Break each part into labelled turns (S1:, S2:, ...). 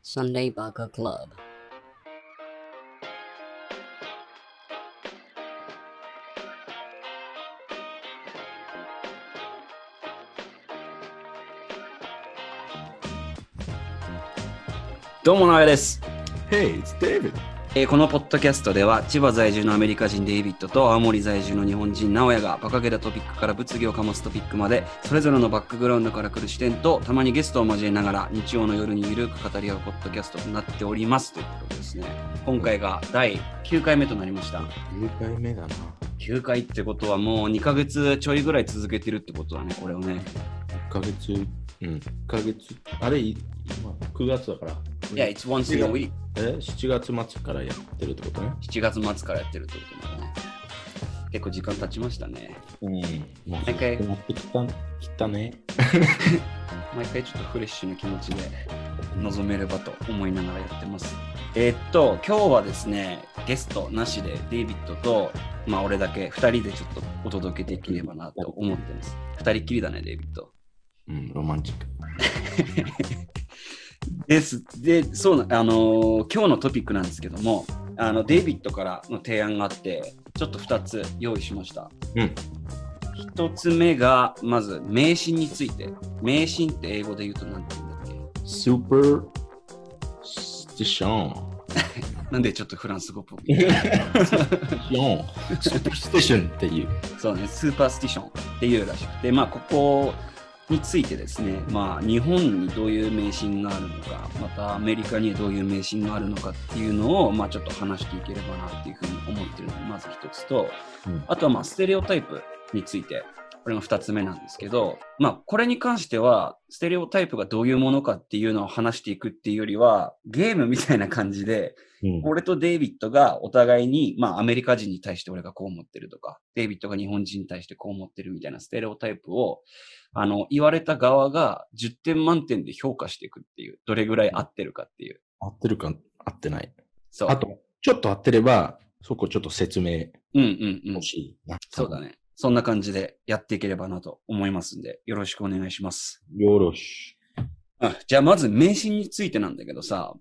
S1: Sunday Baka Club.
S2: Hey, どうも、なおやです。
S3: it's David.
S2: えーこのポッドキャストでは、千葉在住のアメリカ人デイビッドと青森在住の日本人直哉がバカげたトピックから物議を醸すトピックまで、それぞれのバックグラウンドから来る視点と、たまにゲストを交えながら、日曜の夜にゆるく語り合うポッドキャストとなっておりますということですね。今回が第9回目となりました。
S3: 9回目だな。
S2: 9回ってことはもう2ヶ月ちょいぐらい続けてるってことだね、これをね。
S3: 1ヶ月、うん。1ヶ月、あれ、い今9月だから。
S2: いや、It's once in a week。
S3: え、7月末からやってるってことね。
S2: 7月末からやってるってことだね。結構時間経ちましたね。
S3: うん。もう、
S2: 毎回
S3: やってきた、きたね。
S2: 毎回ちょっとフレッシュな気持ちで臨めればと思いながらやってます。えーっと、今日はですね、ゲストなしでデイビッドと、まあ俺だけ2人でちょっとお届けできればなと思ってます。2人きりだね、デイビッド。
S3: うん、ロマンチック。
S2: です。で、そうな、あのー今日のトピックなんですけども、あの、デイビッドからの提案があって、ちょっと2つ用意しました。
S3: うん。
S2: 1つ目が、まず、迷信について。迷信って英語で言うと何て言うんだっけ
S3: スーパースティション。
S2: なんでちょっとフランス語っぽく。
S3: ショ ン。スーパースティションっていう。
S2: そうね、スーパースティションっていうらしくて、まあ、ここについてですね、まあ、日本にどういう迷信があるのか、またアメリカにはどういう迷信があるのかっていうのを、まあ、ちょっと話していければなっていうふうに思ってるのがまず一つと、
S3: うん
S2: あとはまあステレオタイプについて、これが二つ目なんですけど、まあ、これに関しては、ステレオタイプがどういうものかっていうのを話していくっていうよりは、ゲームみたいな感じで、
S3: うん
S2: 俺とデイビッドがお互いに、まあアメリカ人に対して俺がこう思ってるとか、デイビッドが日本人に対してこう思ってるみたいなステレオタイプを、あの、言われた側が10点満点で評価していくっていう、どれぐらい合ってるかっていう。
S3: 合ってるか合ってない。
S2: そう。
S3: あと、ちょっと合ってれば、そこちょっと説明
S2: うんうんうん
S3: 欲。しいな。
S2: そうだね。そんな感じでやっていければなと思いますんで、よろしくお願いします。
S3: よろ し。
S2: あじゃあまず迷信についてなんだけどさ、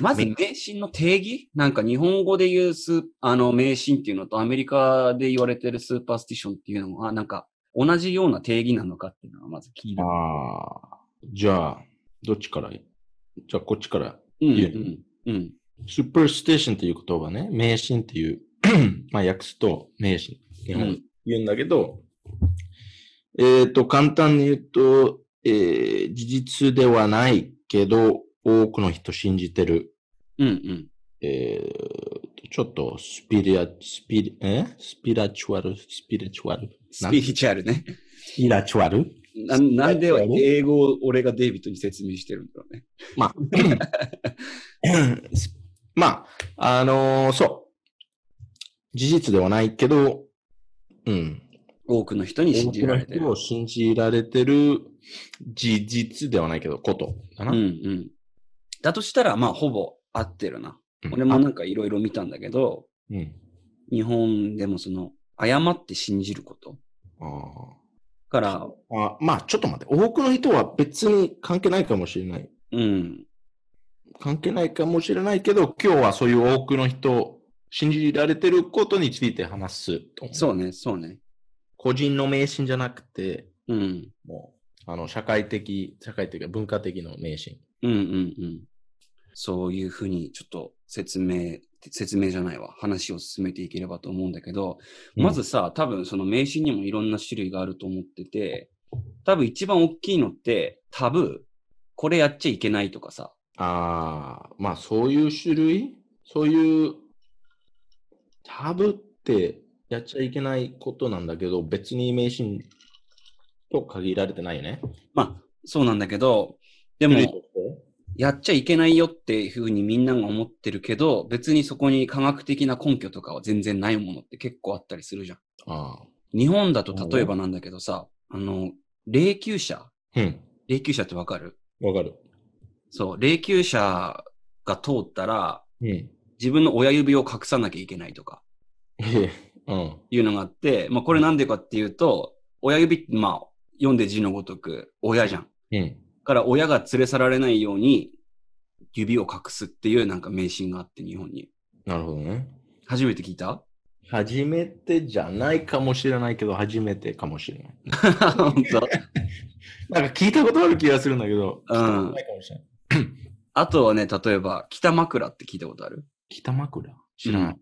S2: まず迷信の定義なんか日本語で言うスーあの迷信っていうのとアメリカで言われてるスーパースティションっていうのは、なんか同じような定義なのかっていうのがまず気にな
S3: あ
S2: る。
S3: あ、じゃあ、どっちからいじゃあ、こっちから。
S2: うん
S3: いいよ
S2: うんうん。
S3: スーパーステーションっていう言葉ね、迷信っていう、 まあ訳すと迷信。日
S2: う
S3: 本
S2: ん
S3: 言うんだけど、えっ、と、簡単に言うと、えー事実ではないけど、多くの人信じてる、
S2: うんうん。
S3: えー、ちょっとスピリア、スピリ、えスピラチュアル、スピリチュアル。
S2: スピリチュアルね。
S3: スピラチュアル
S2: ななんで英語を俺がデイビッドに説明してるんだろうね。
S3: まあ、まあ、あのーそう。事実ではないけど、うん。
S2: 多くの人に信じられて
S3: 多
S2: る。
S3: くの人を信じられてる事実ではないけど、ことかな。
S2: うんうん。だとしたら、まあ、ほぼ合ってるな。
S3: うん
S2: 俺もなんかいろいろ見たんだけど、
S3: うん。
S2: 日本でもその、誤って信じること
S3: あ
S2: から、
S3: ーあまあ、ちょっと待って。多くの人は別に関係ないかもしれない。
S2: うん。
S3: 関係ないかもしれないけど、今日はそういう多くの人を信じられてることについて話すと。う。
S2: そうね、そうね。
S3: 個人の迷信じゃなくて、
S2: うん。
S3: もう、あの、社会的、社会的、文化的の迷信。
S2: うんうんうん。そういうふうに、ちょっと説明、説明じゃないわ。話を進めていければと思うんだけど、まずさ、多分その迷信にもいろんな種類があると思ってて、多分一番大きいのって、タブー。これやっちゃいけないとかさ。
S3: ああ、まあそういう種類、そういうタブってやっちゃいけないことなんだけど、別に迷信と限られてないよね。
S2: まあ、そうなんだけど、で
S3: 種類
S2: も、
S3: として
S2: やっちゃいけないよっていうふうにみんなが思ってるけど、別にそこに科学的な根拠とかは全然ないものって結構あったりするじゃん。
S3: ああ。
S2: 日本だと例えばなんだけどさ、あの、霊柩車
S3: うん。
S2: 霊柩車ってわかる
S3: わかる。
S2: そう、霊柩車が通ったら、
S3: うん。え
S2: 自分の親指を隠さなきゃいけないとか、
S3: えうん。
S2: いうのがあって、まあこれなんでかっていうと、親指ってまあ、読んで字のごとく、親じゃん。
S3: うん。
S2: から親が連れ去られないように、指を隠すっていうなんか迷信があって、日本に。
S3: なるほどね。
S2: 初めて聞いた
S3: 初めてじゃないかもしれないけど、初めてかもしれない。
S2: 本当
S3: なんか聞いたことある気がするんだけど、
S2: うん
S3: 聞いたことないかもしれない
S2: あとはね、例えば、北枕って聞いたことある
S3: 北枕知らない。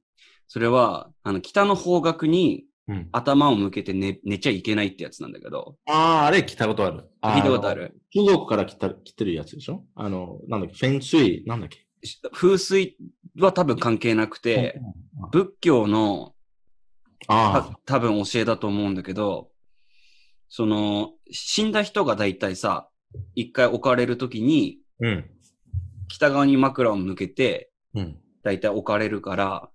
S2: それは、あの、北の方角に
S3: うん
S2: 頭を向けて寝寝ちゃいけないってやつなんだけど、
S3: ああ、あれ聞いたことある。
S2: 聞いたことある
S3: 中国から来た来てるやつでしょあの、なんだっけ、フェンスイ、なんだっけ。
S2: 風水は多分関係なくて、仏教の
S3: あ
S2: た多分教えだと思うんだけど、その、死んだ人が大体さ、一回置かれるときに、
S3: あ、うん。
S2: 北側に枕を向けて、
S3: うん。
S2: 大体置かれるから、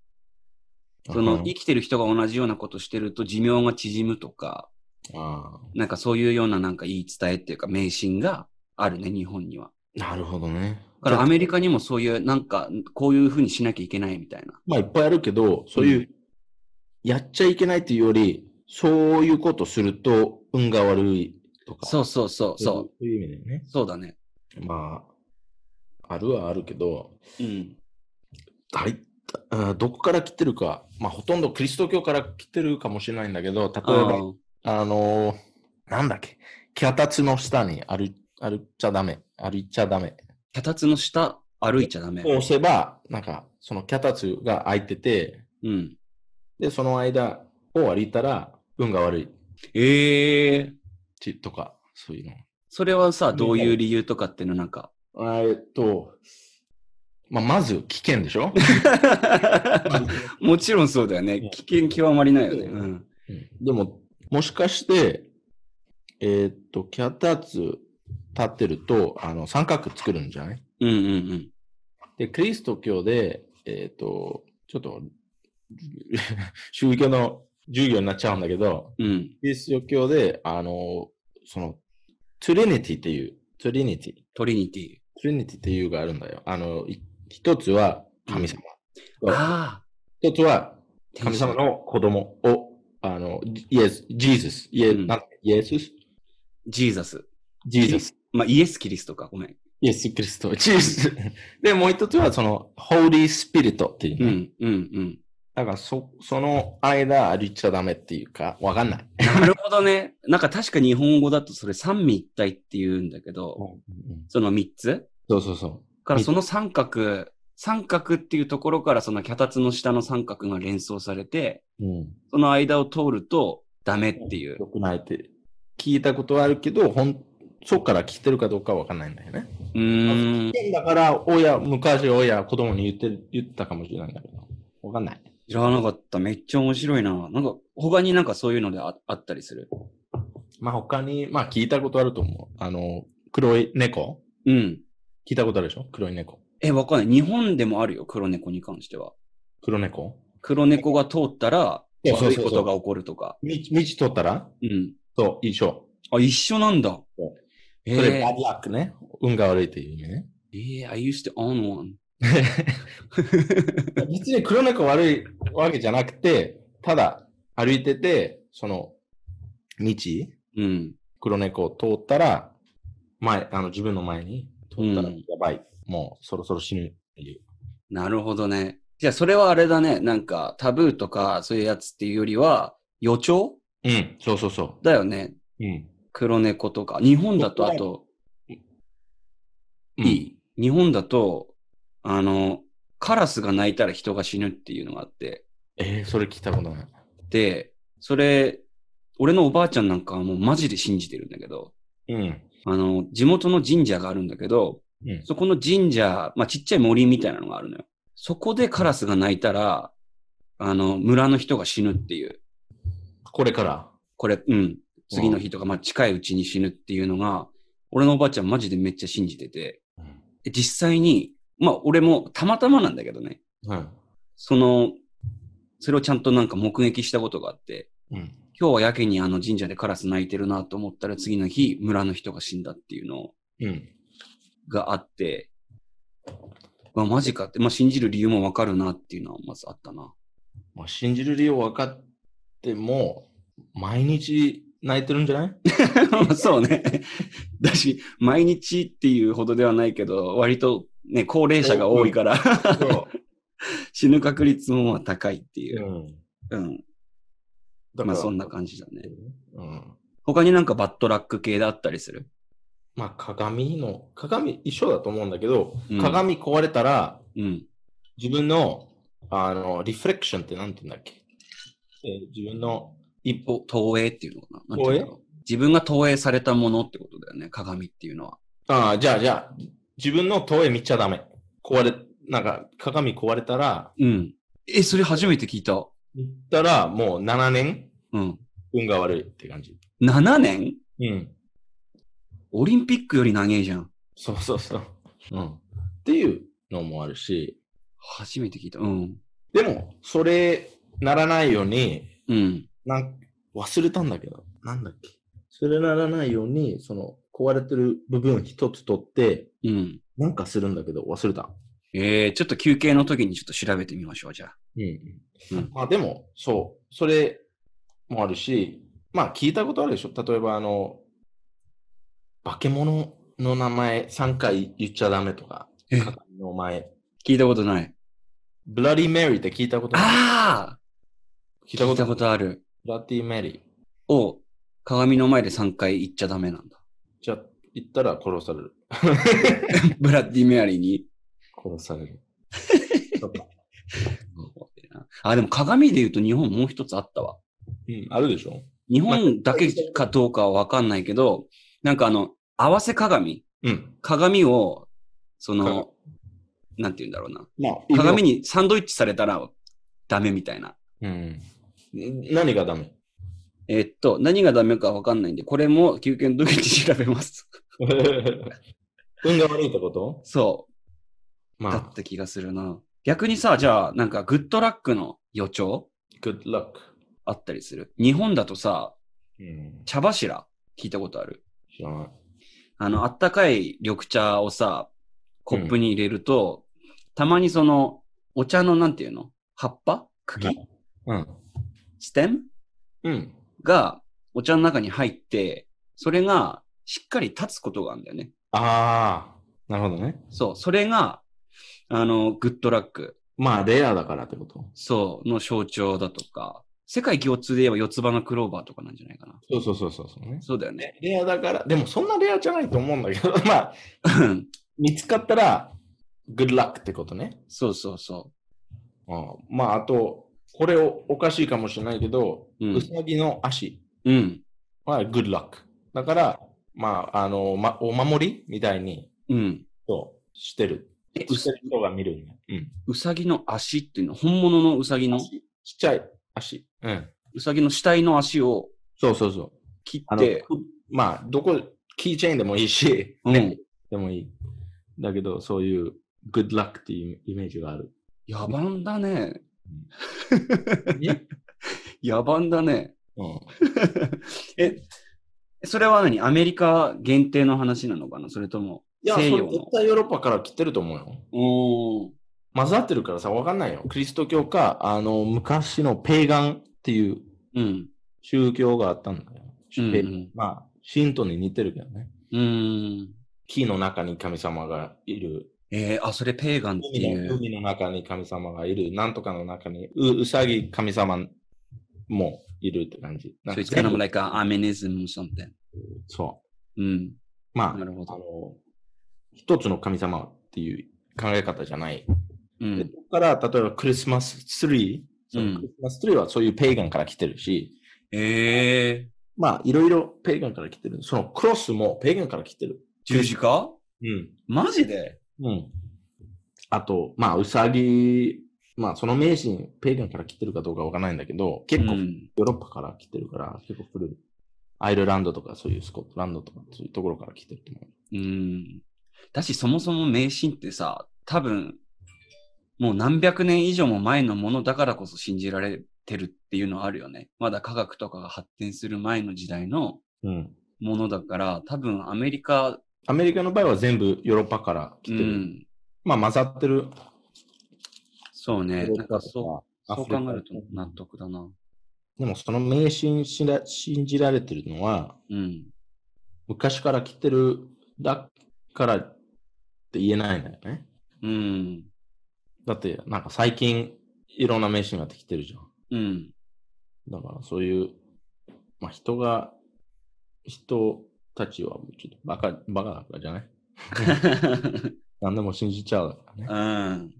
S2: その、生きてる人が同じようなことしてると寿命が縮むとか、
S3: あ
S2: なんかそういうようななんか言い伝えっていうか迷信があるね、日本には。
S3: あ、なるほどね。
S2: だからア
S3: じゃあ
S2: メリカにもそういう、なんか、こういうふうにしなきゃいけないみたいな。
S3: まあ、いっぱいあるけど、そういう、やっちゃいけないっていうより、そういうことすると運が悪いとか。
S2: そうそうそう、そう。
S3: そういう意味だよね。
S2: そうだね。
S3: まあ、あるはあるけど、
S2: うん。
S3: 大体あーどこから来てるか、まあ、ほとんどキリスト教から来てるかもしれないんだけど、例え
S2: あ
S3: ば、あのーなんだっけ、脚立の下に歩歩っちゃダメ、歩いちゃダメ。
S2: 脚立の下歩いちゃダメ。
S3: 押せば、なんか、その脚立が開いてて、
S2: うん。
S3: で、その間を歩いたら、運が悪い
S2: ええ
S3: ちとか、そういうの。
S2: それはさ、どういう理由とかっていうのなん か。
S3: えっと、まあ、まず危険でし ょ
S2: もちろんそうだよ
S3: うん
S2: ね。危険極まりないよね。
S3: う
S2: うん。
S3: でも、もしかして、えーっと、脚立立ってると、あの、三角作るんじゃない
S2: うんうんうん。
S3: で、クリスト教で、えーっと、ちょっと、 宗教の授業になっちゃうんだけど、
S2: うん。
S3: キリスト教で、あの、その、トゥリニティっていう、トゥリニティ、
S2: トリニティ。
S3: トゥリニティっていうがあるんだよ。あの、い一つは神様。
S2: ああ。
S3: 一つは
S2: 天
S3: 神
S2: 使
S3: 様の子供を、あの、イエス、ジーズス、イエ,、
S2: うん
S3: なんイエス、
S2: ジーザス。
S3: ジーズス、
S2: まあ、イエス・キリストか。ごめん。
S3: イエス・キリスト、ジーズで、もう一つはその、ホーリー・スピリットっていう、
S2: う
S3: ね
S2: んうんうん。
S3: だからそ、その間歩いちゃダメっていうか、わかんない。
S2: なるほどね。なんか確か日本語だとそれ三位一体って言うんだけど、その三つ
S3: そうそうそ
S2: からその三角、三角っていうところからその脚立の下の三角が連想されて、
S3: う。うん。
S2: その間を通るとダメっていう。
S3: よくないって聞いたことはあるけど、ほん、そっから聞いてるかどうかわかんないんだよね。
S2: うーん。
S3: だから、親、昔親、子供に言って、言ったかもしれないんだけど、わかんない。
S2: 知らなかった。めっちゃ面白いな。なんか、他になんかそういうのでああったりする。
S3: まあ他に、まあ聞いたことあると思う。あの、黒い猫
S2: うん。
S3: 聞いたことあるでしょ黒い猫。
S2: え、わかんない。日本でもあるよ。黒猫に関しては。
S3: 黒猫
S2: 黒猫が通ったら、
S3: そうそ
S2: 悪
S3: うそう
S2: い
S3: そう
S2: ことが起こるとか。
S3: 道、道通ったら
S2: うん。
S3: そう、一緒。
S2: あ、一緒なんだ。え
S3: それ、
S2: ー
S3: バッドラックね。運が悪いっていう意味ね。
S2: Yeah, I used to own one.
S3: 別に黒猫悪いわけじゃなくて、ただ歩いてて、その、道、
S2: うん。
S3: 黒猫を通ったら、前、あの、自分の前に通ったら
S2: うん
S3: やばい。もうそろそろ死ぬっていう。
S2: なるほどね。じゃあ、それはあれだね。なんか、タブーとか、そういうやつっていうよりは、予兆
S3: うん、そうそうそ
S2: だよね。
S3: う。うん。
S2: 黒猫とか。日本だと、あと、いい。日本だと、あの、カラスが鳴いたら人が死ぬっていうのがあって。
S3: えー、それ聞いたことない。
S2: で、それ、俺のおばあちゃんなんかはもうマジで信じてるんだけど、
S3: うん。
S2: あの、地元の神社があるんだけど、
S3: うん。
S2: そこの神社、まあ、ちっちゃい森みたいなのがあるのよ。そこでカラスが鳴いたら、あの、村の人が死ぬっていう。
S3: これから。
S2: これ、うん。次の日とか、まあ、近いうちに死ぬっていうのが、俺のおばあちゃんマジでめっちゃ信じてて、で実際に、まあ、俺もたまたまなんだけどね、
S3: うん。
S2: その、それをちゃんとなんか目撃したことがあって、
S3: うん。
S2: 今日はやけにあの神社でカラス鳴いてるなと思ったら次の日、村の人が死んだっていうの
S3: うん。
S2: があって、まあ、マジかって、まあ、信じる理由もわかるなっていうのはまずあったな。
S3: まあ、信じる理由分かっても、毎日泣いてるんじゃ ない
S2: まあそうね。だし、毎日っていうほどではないけど、割とね、高齢者が多いから、
S3: そ
S2: 死ぬ確率もまあ高いっていうう。
S3: ん。
S2: うん。
S3: だ
S2: まあそんな感じだね。
S3: うん。
S2: 他になんかバッドラック系だったりする。
S3: まあ鏡の、鏡一緒だと思うんだけど、
S2: うん
S3: 鏡壊れたら、
S2: うん。
S3: 自分の、あの、リフレクションってなんて言うんだっけ、えー自分の、一
S2: と投影っていうのかななんていうんだろう自分が投影されたものってことだよね、鏡っていうのは。
S3: ああ、じゃあじゃあ、自分の投影見ちゃダメ。壊れ、なんか鏡壊れたら、
S2: うん。え、それ初めて聞いた。
S3: 見たらもう7年
S2: うん。
S3: 運が悪いって感じ。
S2: 7年
S3: うん。
S2: オリンピックより長いじゃん。
S3: そうそうそう。うん。っていうのもあるし、
S2: 初めて聞いた。うん。
S3: でも、それならないように、
S2: うん。
S3: なん忘れたんだけど、なんだっけ。それならないように、その、壊れてる部分一つ取って、
S2: うん。
S3: なんかするんだけど、忘れた。
S2: えー、ちょっと休憩の時にちょっと調べてみましょう、じゃあ。
S3: うん。
S2: うん
S3: まあでも、そう、それもあるし、まあ聞いたことあるでしょ例えばあの、化け物の名前3回言っちゃダメとか、
S2: え
S3: 鏡の前。
S2: 聞いたことない。
S3: ブラディ・メリーって聞いたことない
S2: ああ
S3: 聞いたこ
S2: 聞いた
S3: と
S2: ことある。
S3: ブラディ・メリー。
S2: を、鏡の前で3回言っちゃダメなんだ。
S3: じゃあ、言ったら殺される。
S2: ブラッディ・メアリーに。
S3: 殺され る。
S2: あ、でも鏡で言うと日本もう一つあったわ。
S3: うん、あるでしょ
S2: 日本だけかどうかはわかんないけど、なんかあの、合わせ鏡
S3: うん。
S2: 鏡を、そ
S3: 鏡
S2: の、なんて言うんだろうな。
S3: まあ、
S2: 鏡にサンドイッチされたらダメみたいな。
S3: うん。何がダメ
S2: えっと、何がダメかわかんないんで、これも休憩の時に調べます。
S3: 運が悪いってこと
S2: そ
S3: ま
S2: う。
S3: あ
S2: だった気がするな。逆にさ、じゃあ、なんかグッドラックの予兆
S3: good luck。
S2: あったりする。日本だとさ、
S3: うん。
S2: 茶柱聞いたことある
S3: 知らない。
S2: あの、あったかい緑茶をさ、コップに入れると、たまにその、お茶のなんていうの葉っぱ茎、
S3: うん。
S2: ステム
S3: うん。
S2: が、お茶の中に入って、それが、しっかり立つことがあるんだよね。
S3: ああ、なるほどね。
S2: そう、それが、あの、グッドラック、
S3: まあ、レアだからってこと。
S2: そう、の象徴だとか、世界共通で言えば四つ葉のクローバーとかなんじゃないかな。
S3: そうそうそうそうそう、ね。
S2: そうだよね。
S3: レアだから、でもそんなレアじゃないと思うんだけど、 まあ、見つかったら、good luck ってことね。
S2: そうそうそ
S3: あまあ、あと、これおおかしいかもしれないけど、
S2: う。
S3: う
S2: う
S3: さ
S2: ん。
S3: ぎの足
S2: うん。
S3: は good luck。だから、まあ、あの、ま、お守りみたいに、
S2: うん。
S3: そう、してる。
S2: えう
S3: して
S2: さ
S3: る人が見るね。うん。
S2: うさぎの足っていうの、本物のうさぎの
S3: 足ちっちゃい足。うん。
S2: うさぎの死体の足を
S3: そうそうそう。
S2: 切
S3: あ
S2: っ
S3: の
S2: て、、
S3: まあ、どこ、キーチェーンでもいいし、
S2: うん
S3: ね、でもいい。だけど、そういう、good luck っていうイメージがある。
S2: 野蛮だね。
S3: ね
S2: 野蛮だね。
S3: うん、
S2: え、それは何アメリカ限定の話なのかなそれとも
S3: いや、それ
S2: 西洋の
S3: 絶対ヨーロッパから来てると思うよ。
S2: おー
S3: 混ざってるからさ、わかんないよ。キリスト教か、あの、昔のペーガンっていう
S2: うん。
S3: 宗教があったんだよ。
S2: うんうん
S3: ペーガンまあ、神道に似てるけどね。
S2: うーん。
S3: 木の中に神様がいる。
S2: えー、あ、それペーガンって
S3: 海
S2: い
S3: の
S2: う。
S3: 海の中に神様がいる。なんとかの中に、ううさぎ神様もいるって感じ。なん
S2: So
S3: か
S2: it's kind of like a Aminism or something.
S3: そ
S2: うん。
S3: う。まあ、
S2: なるほ
S3: あ
S2: ど。
S3: の、一つの神様っていう考え方じゃない。
S2: う
S3: で
S2: ん。
S3: そこから、例えばクリスマスツリー、その
S2: うん
S3: クリスマスツリーはそういうペーガンから来てるし、
S2: えー、
S3: まあ、いろいろペーガンから来てる。そのクロスもペーガンから来てる。
S2: 十字架
S3: うん。
S2: マジで
S3: うん。あと、まあ、ウサギ、まあ、その名神、ペーガンから来てるかどうかわからないんだけど、結構
S2: う
S3: ヨ
S2: ん
S3: ーロッパから来てるから、結構古い。アイルランドとか、そういうスコットランドとか、そういうところから来てると思う。
S2: うん。だし、そもそも迷信ってさ、多分、もう何百年以上も前のものだからこそ信じられてるっていうのはあるよね。まだ科学とかが発展する前の時代の
S3: うん。
S2: ものだから、多分アメリカ、
S3: アメリカの場合は全部ヨーロッパから来
S2: う
S3: てる。
S2: ん、
S3: まあ、混ざってる。
S2: そう
S3: ヨ
S2: ね。
S3: ーロ
S2: な
S3: ッ
S2: んか
S3: パとか
S2: そう、
S3: ア
S2: そう
S3: フリカ
S2: 考えると納得だな。
S3: でも、その迷信しら信じられてるのは、
S2: うん。
S3: 昔から来てるだからって言えないんだよね。
S2: うん。
S3: だって、なんか最近、いろんな迷信ができてるじゃん。
S2: うん。
S3: だからそういう、まあ人が、人たちはもうちょっとバカ、バカだからじゃない何でも信じちゃうからね。
S2: うん。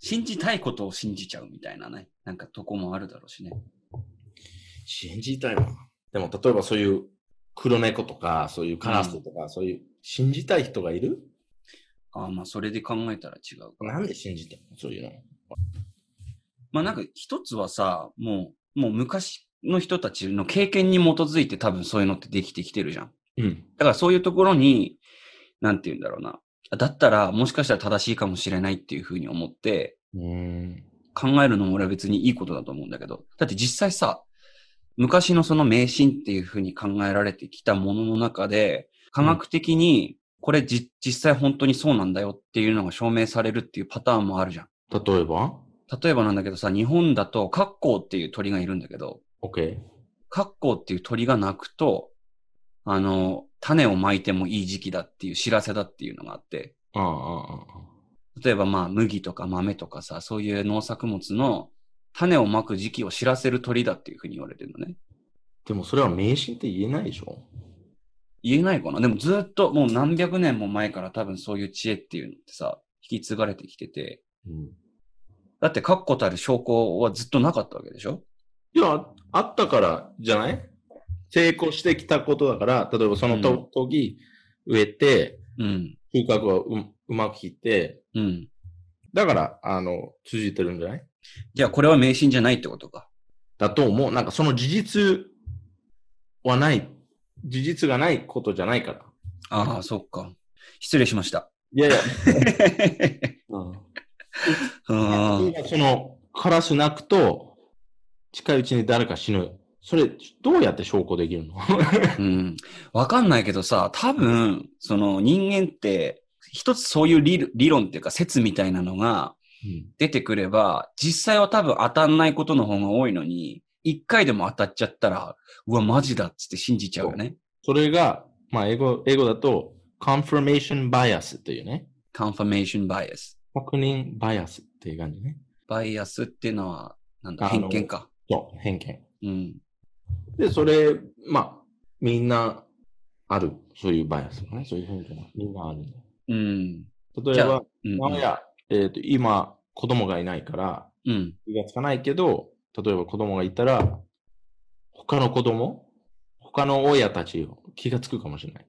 S2: 信じたいことを信じちゃうみたいなね。なんかとこもあるだろうしね。
S3: 信じたいわ。でも例えばそういう黒猫とか、そういうカラスとか、そういう信じたい人がいる
S2: ああ、まあそれで考えたら違うか。
S3: なんで信じてんのそういうの。
S2: まあなんか一つはさ、もう、もう昔の人たちの経験に基づいて多分そういうのってできてきてるじゃん。
S3: うん。
S2: だからそういうところに、なんて言うんだろうな。だったら、もしかしたら正しいかもしれないっていうふうに思って、
S3: うーん。
S2: 考えるのも俺は別にいいことだと思うんだけど。だって実際さ、昔のその迷信っていうふうに考えられてきたものの中で、科学的にこれじ実際本当にそうなんだよっていうのが証明されるっていうパターンもあるじゃん。
S3: 例えば
S2: 例えばなんだけどさ、日本だと、カッコウっていう鳥がいるんだけど、
S3: ?OK。
S2: カッコウっていう鳥が鳴くと、あの、種をまいてもいい時期だっていう知らせだっていうのがあって、
S3: ああ、ああ、ああ。
S2: 例えばまあ麦とか豆とかさ、そういう農作物の種をまく時期を知らせる鳥だっていうふうに言われてるのね。
S3: でもそれは迷信って言えないでしょ
S2: 言えないかなでもずっともう何百年も前から多分そういう知恵っていうのってさ、引き継がれてきてて、
S3: うん。
S2: だって確固たる証拠はずっとなかったわけでしょ
S3: いや、あったからじゃない成功してきたことだから、例えばそのと時、植えて、
S2: うん。
S3: 収穫をううまく切って、
S2: うん。
S3: だから、あの、通じてるんじゃない
S2: じゃあこれは迷信じゃないってことか。
S3: だと思う。なんかその事実はない、事実がないことじゃないから。
S2: ああ、そっか。失礼しました。
S3: いやいや、
S2: うん。
S3: その、カラス鳴くと、近いうちに誰か死ぬ。それ、どうやって証拠でき るの
S2: うん。わかんないけどさ、多分、その人間って、一つそういう理理論っていうか説みたいなのが出てくれば、実際は多分当たんないことの方が多いのに、一回でも当たっちゃったら、うわ、マジだっつって信じちゃうよね。
S3: それが、まあ、英語、英語だと、confirmation bias というね。
S2: confirmation bias。
S3: 確認バイアスっていう感じね。
S2: バイアスっていうのは、なんだ、
S3: あの
S2: 偏見か。
S3: そう、偏見。
S2: うん。
S3: で、それ、まあ、みんなある。そういうバイアスがね。そういう偏見がみんなあるんだよ。
S2: うん。
S3: 例えば、
S2: うん
S3: まあいや、えっ、と、今、子供がいないから、
S2: うん。
S3: 気がつかないけど、例えば子供がいたら、他の子供、他の親たちを気がつくかもしれない。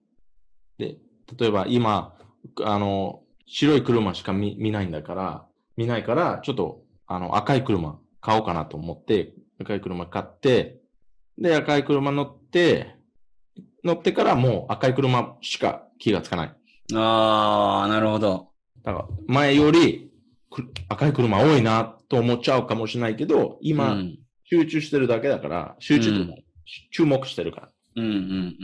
S3: で、例えば今、あの、白い車しか見見ないんだから、見ないから、ちょっと、あの、赤い車買おうかなと思って、赤い車買って、で、赤い車乗って、乗ってからもう赤い車しか気がつかない。
S2: ああ、なるほど。
S3: だから、前よりく赤い車多いなと思っちゃうかもしれないけど、今、
S2: うん
S3: 集中してるだけだから、集中、
S2: うん
S3: 注目してるから。
S2: うんうんう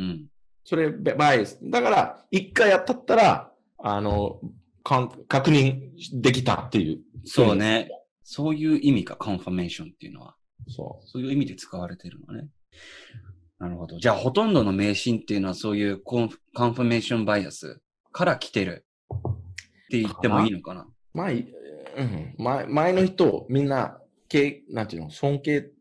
S2: ん。
S3: それ、ババイス。だから、一回やったったら、あの、かん確認できたっていう。
S2: そうね。そういう意味か、コンファメーションっていうのは。
S3: そ
S2: そういう意味で使われてるのね。なるほど。じゃあ、ほとんどの迷信っていうのはそういうコンフコンファメーションバイアスから来てるって言ってもいいのかな
S3: う。前、うん、前前の人、みんな、けなんていうの、尊敬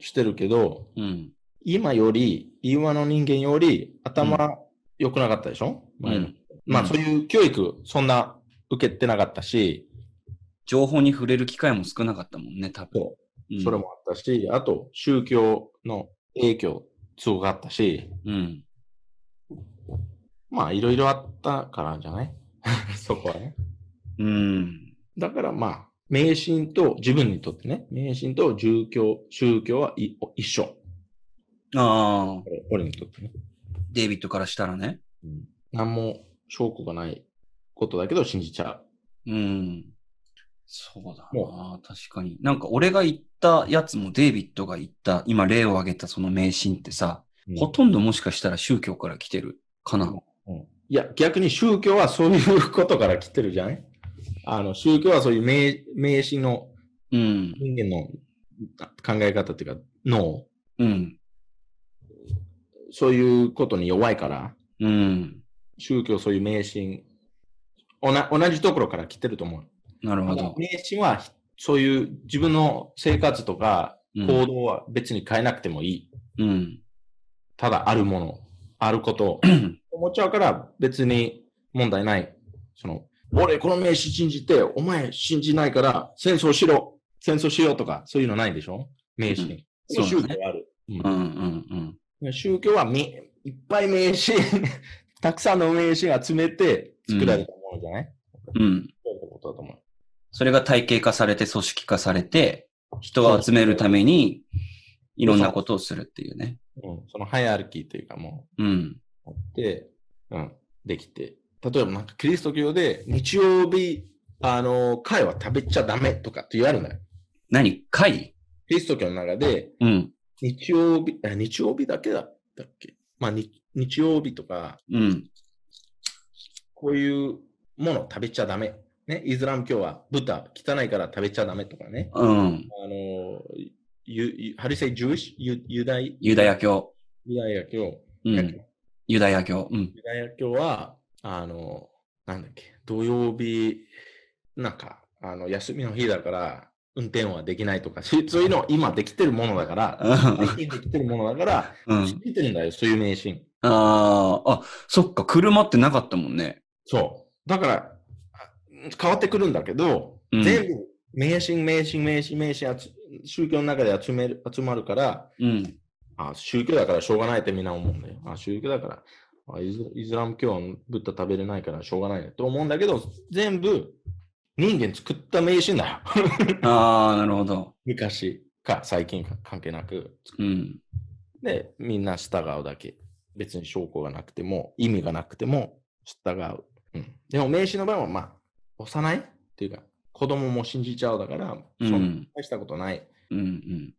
S3: してるけど、
S2: うん。
S3: 今より、今の人間より、頭良くなかったでしょ、
S2: う
S3: 前の
S2: ん。
S3: ま
S2: う
S3: あ、
S2: ん
S3: そういう教育、そんな受けてなかったし、
S2: 情報に触れる機会も少なかったもんね、多分。
S3: そうそれ
S2: も。
S3: もあったし、あと宗教の影響強かったし、
S2: うん。
S3: まあいろいろあったからじゃない そこはね。
S2: うん。
S3: だからまあ、迷信と自分にとってね、迷信と宗教、宗教はい一緒。
S2: ああ、
S3: 俺俺にとってね。
S2: デイビッドからしたらね。
S3: うん、何も証拠がないことだけど信じちゃう。
S2: うん。そうだな
S3: も
S2: 確かに。なんか俺が言ったやつもデイビッドが言った、今例を挙げたその迷信ってさ、ほとんどもしかしたら宗教から来てるかな。
S3: いや、逆に宗教はそういうことから来てるじゃないあの、宗教はそういう迷迷信の
S2: うん。
S3: 人間の考え方っていうか、脳、
S2: うん。
S3: そういうことに弱いから、
S2: うん。
S3: 宗教そういう迷信おな同じところから来てると思う。
S2: なるほど。
S3: 迷信は、そういう自分の生活とか
S2: うん
S3: 行動は別に変えなくてもいい。
S2: うん。
S3: ただあるもの、あ ることを思っちゃうから別に問題ない。その、俺この名詞信じて、お前信じないから戦争しろ、戦争しようとか、そういうのないでしょ名詞に。
S2: うんそう
S3: 宗
S2: だね
S3: 教はある。
S2: うんうん
S3: 宗教はみいっぱい名詞、 たくさんの名詞集めて作られたものじゃない、
S2: うん。うん。
S3: そういうことだと思う。
S2: それが体系化されて組織化されて、人を集めるために、いろんなことをするっていうね。
S3: うん、そのハイアルキーというかも
S2: うん。
S3: う、あって、うん、できて。例えばなんかキリスト教で日曜日、あの、貝は食べちゃダメとかって言われない。
S2: 何会
S3: キリスト教の中で、
S2: うん。
S3: 日曜日、あ日曜日だけだったっけまあ日、日曜日とか、
S2: うん。
S3: こういうもの食べちゃダメ。ね、イスラム教は豚、汚いから食べちゃダメとかね。
S2: うん。
S3: あの、ゆ、ゆ、ハリセイ・ジューシユ、ユダイ、
S2: ユダヤ教。
S3: ユダヤ教。
S2: うん。ユダヤ教。うん。
S3: ユダヤ教は、あの、なんだっけ、土曜日、なんか、あの、休みの日だから、運転はできないとか、そうそういうの今できてるものだから、最近できてるものだから、
S2: うん。
S3: 知ってるんだよ、そういう迷信。
S2: ああ、あ、そっか、車ってなかったもんね。
S3: そう。だから、あ変わってくるんだけど、
S2: うん
S3: 全部、迷信、迷信、迷信、迷信、あつ宗教の中で集める、集まるから、
S2: うん。
S3: あ、宗教だからしょうがないってみんな思うんだよ。あ、宗教だから。あイスイスラム教はブッダ食べれないからしょうがないねと思うんだけど、全部人間作った迷信だよ。
S2: ああ、なるほど。
S3: 昔か最近か関係なく。
S2: うん。
S3: で、みんな従うだけ。別に証拠がなくても、意味がなくても従う。うん、でも迷信の場合は、まあ、幼いっていうか、子供も信じちゃうだから、
S2: う。
S3: そんなん大したことない。
S2: うん。うん。
S3: だ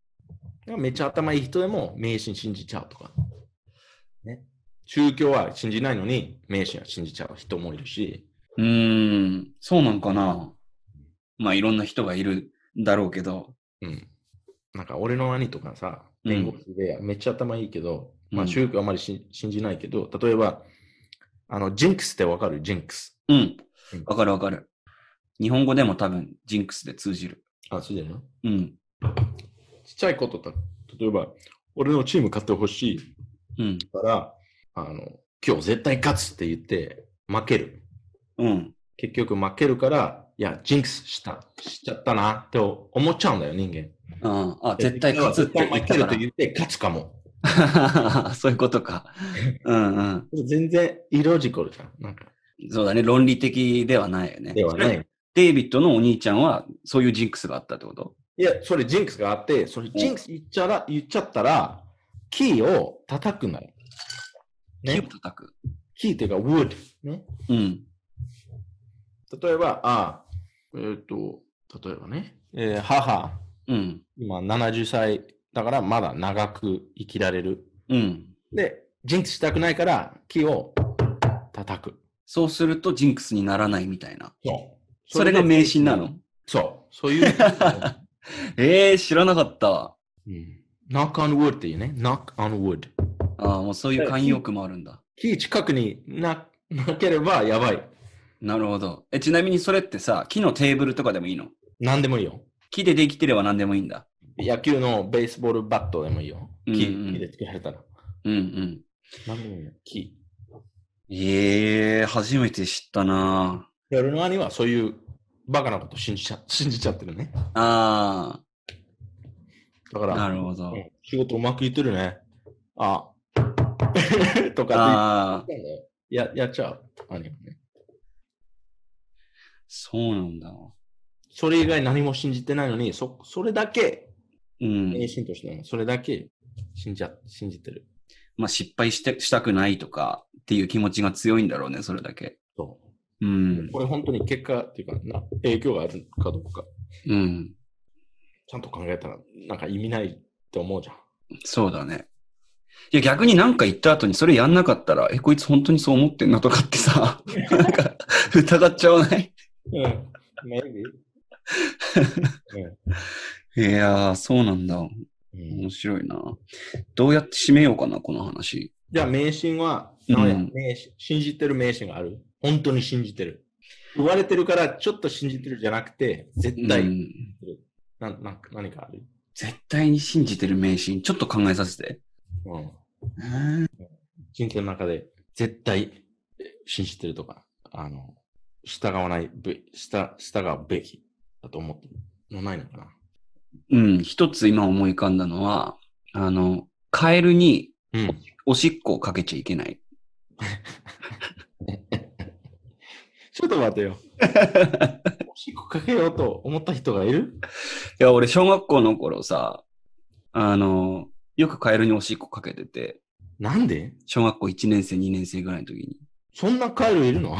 S3: からめっちゃ頭いい人でも迷信信じちゃうとか。ね。宗教は信じないのに迷信は信じちゃう人もいるし。
S2: うーん。そうなんかな。まあ、いろんな人がいるんだろうけど。
S3: うん。なんか俺の兄とかさ、
S2: うん
S3: 弁護士でめっちゃ頭いいけど、ま
S2: う
S3: あ
S2: ん
S3: 宗教あまりし信じないけど、例えば、あの、ジンクスってわかるジンクス。
S2: うん
S3: うん。
S2: わかるわかる。日本語でも多分、ジンクスで通じる。
S3: あ、そうだよね。
S2: うん。
S3: ちっちゃいことだ。例えば、俺のチーム勝ってほしい
S2: うん。
S3: から、あの、今日絶対勝つって言って負ける。
S2: うん。
S3: 結局負けるから、いや、ジンクスした、しちゃったなって思っちゃうんだよ、人間。
S2: あーあ、絶対勝つっ
S3: 絶対
S2: て言
S3: 負
S2: っ
S3: け
S2: た
S3: る
S2: か
S3: と言って勝つかも。
S2: ら。 そういうことか。うんうん。
S3: 全然イロジコルじゃん。なんか、
S2: そうだね。論理的ではないよね。
S3: ではな
S2: それ
S3: い。
S2: デイビッドのお兄ちゃんは、そういうジンクスがあったってこと
S3: いや、それジンクスがあって、それジンクス言っちゃら、言っちゃったら、キーを叩くんだよ。
S2: 木を
S3: ね。
S2: 叩く。
S3: キーっていうか、wood。ね。
S2: うん。
S3: 例えば、あえっ、と、例えばね、えー母、
S2: うん。
S3: 今70歳だからまだ長く生きられる。
S2: うん。
S3: で、ジンクスしたくないから、キーを叩く。
S2: そうするとジンクスにならないみたいな。
S3: そう。
S2: それが迷信なの
S3: そう。そういう。
S2: ええー、知らなかったわ。
S3: うん、knock on wood っていうね。knock on wood。
S2: ああ、もうそういう慣用句もあるんだ。
S3: 木近くにな、なければやばい。
S2: なるほど。え、ちなみにそれってさ、木のテーブルとかでもいいの
S3: なんでもいいよ。
S2: 木でできてれば何でもいいんだ。
S3: 野球のベースボールバットでもいいよ。木,、
S2: うんうん
S3: 木で作られたら。
S2: うんうん。
S3: なんでもいいよ。木。
S2: ええー、初めて知ったな
S3: 俺の兄はそういうバカなこと信じちゃ信じちゃってるね。
S2: あ
S3: だか
S2: あ、
S3: ら、
S2: なるほど
S3: う。ん仕事うまくいってるね。 あ。とか
S2: ああ
S3: っ、て言ってんだよややっちゃう。兄はね。
S2: そうなんだ。
S3: それ以外何も信じてないのに、そそれだけ
S2: うん。
S3: 迷信としても、それだけ信じゃ信じてる。
S2: まあ失敗してしたくないとかっていう気持ちが強いんだろうね、それだけ。
S3: そうう。
S2: ん。
S3: これ本当に結果っていうかな、影響があるかどうか、
S2: うん。
S3: ちゃんと考えたら、なんか意味ないって思うじゃん。
S2: そうだね。いや、逆になんか言った後にそれやんなかったら、え、こいつ本当にそう思ってんなとかってさ、なんか疑っちゃわない
S3: うん。maybe。
S2: いやー、そうなんだ。
S3: うん
S2: 面白いな。どうやって締めようかな、この話。
S3: じゃあ、迷信は、
S2: うん
S3: なんや迷信信じてる迷信がある。本当に信じてる。言われてるから、ちょっと信じてるじゃなくて、絶対、
S2: うん
S3: なな何かある。
S2: 絶対に信じてる迷信、ちょっと考えさせて。
S3: うん。
S2: うん
S3: 人生の中で、絶対、え信じてるとか、あの、従わないべ、従従うべきだと思ってるのないのかな。
S2: うん、一つ今思い浮かんだのは、あの、カエルに
S3: うん。
S2: おしっこをかけちゃいけない。
S3: ちょっと待てよ。おしっこかけようと思った人がいる
S2: いや、俺、小学校の頃さ、あの、よくカエルにおしっこかけてて、
S3: なんで
S2: 小学校1年生、2年生ぐらいの時に。
S3: そんなカエルいる の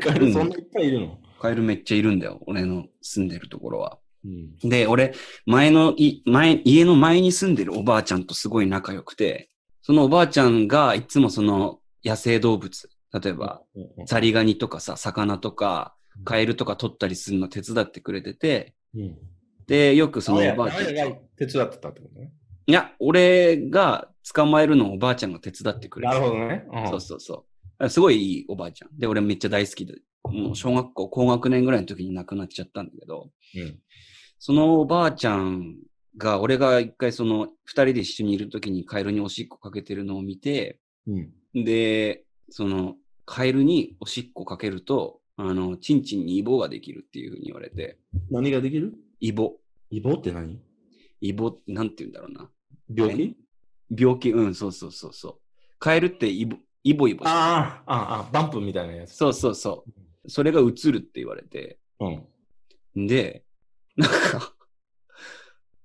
S3: カエルそんないっぱいいるの、
S2: カエルめっちゃいるんだよ、俺の住んでるところは。
S3: うん、
S2: で、俺、前のい、前、家の前に住んでるおばあちゃんとすごい仲良くて、そのおばあちゃんがいつもその野生動物、例えば、
S3: うんうん
S2: ザリガニとかさ、魚とか、カエルとか取ったりするの手伝ってくれてて、
S3: うん。
S2: で、よくその
S3: あや
S2: おばあちゃん
S3: あやが手伝ってたってことね。
S2: いや、俺が捕まえるのをおばあちゃんが手伝ってくれ
S3: な
S2: て
S3: るほどね。うん
S2: そうそうそう。すごいいいおばあちゃん。で、俺めっちゃ大好きで、もう小学校高学年ぐらいの時に亡くなっちゃったんだけど、
S3: うん
S2: そのおばあちゃんが、俺が一回その二人で一緒にいる時にカエルにおしっこかけてるのを見て、
S3: うん。
S2: で、そのカエルにおしっこかけると、あの、チンチンにイボができるっていうふうに言われて、
S3: 何ができる
S2: イボ、
S3: イボって何
S2: イボ、なんて言うんだろうな。
S3: 病気
S2: 病気、うん、そうそうそうそう。カエルってイボ、イボイボしてる
S3: ああ、ああ、バンプみたいなやつ。
S2: そうそうそう。それが映るって言われて。
S3: うん。
S2: で、なんか、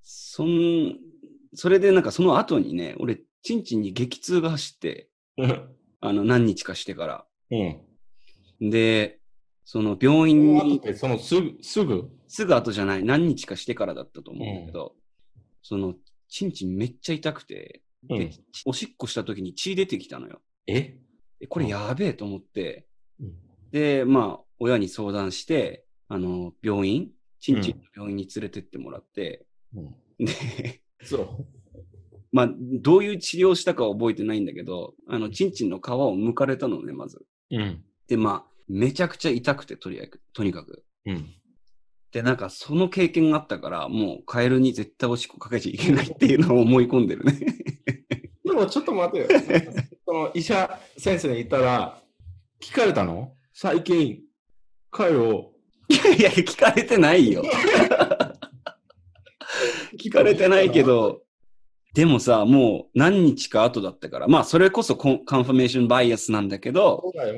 S2: そん、それでなんかその後にね、俺、ちんちんに激痛が走って、あの、何日かしてから。
S3: うん。
S2: で、その病
S3: そ
S2: 院
S3: の後っ
S2: に、
S3: てそのすぐ、すぐ。
S2: すぐ後じゃない、何日かしてからだったと思うんだけど、その、ちんちんめっちゃ痛くて、
S3: う
S2: で
S3: ん、
S2: おしっこした時に血出てきたのよ。
S3: え
S2: えこれやべえと思って、
S3: うん
S2: で、まあ、親に相談して、あの、病院、ちんちんの病院に連れてってもらって、
S3: うん。
S2: で、
S3: そ
S2: まあ、どういう治療をしたかは覚えてないんだけど、あの、ちんちんの皮を剥かれたのね、まず。
S3: う。うん。
S2: で、まあ、めちゃくちゃ痛くて、とりあえず、とにかく。
S3: うん。
S2: で、なんか、その経験があったから、もう、カエルに絶対おしっこかけちゃいけないっていうのを思い込んでるね。
S3: でもちょっと待てよ。その医者先生に言ったら、聞かれたの最近、カエルを。
S2: いやいや、聞かれてないよ。 聞かれてないけど、でもさ、もう何日か後だったから、まあ、それこそコンカンファメーションバイアスなんだけど、
S3: そうだよ。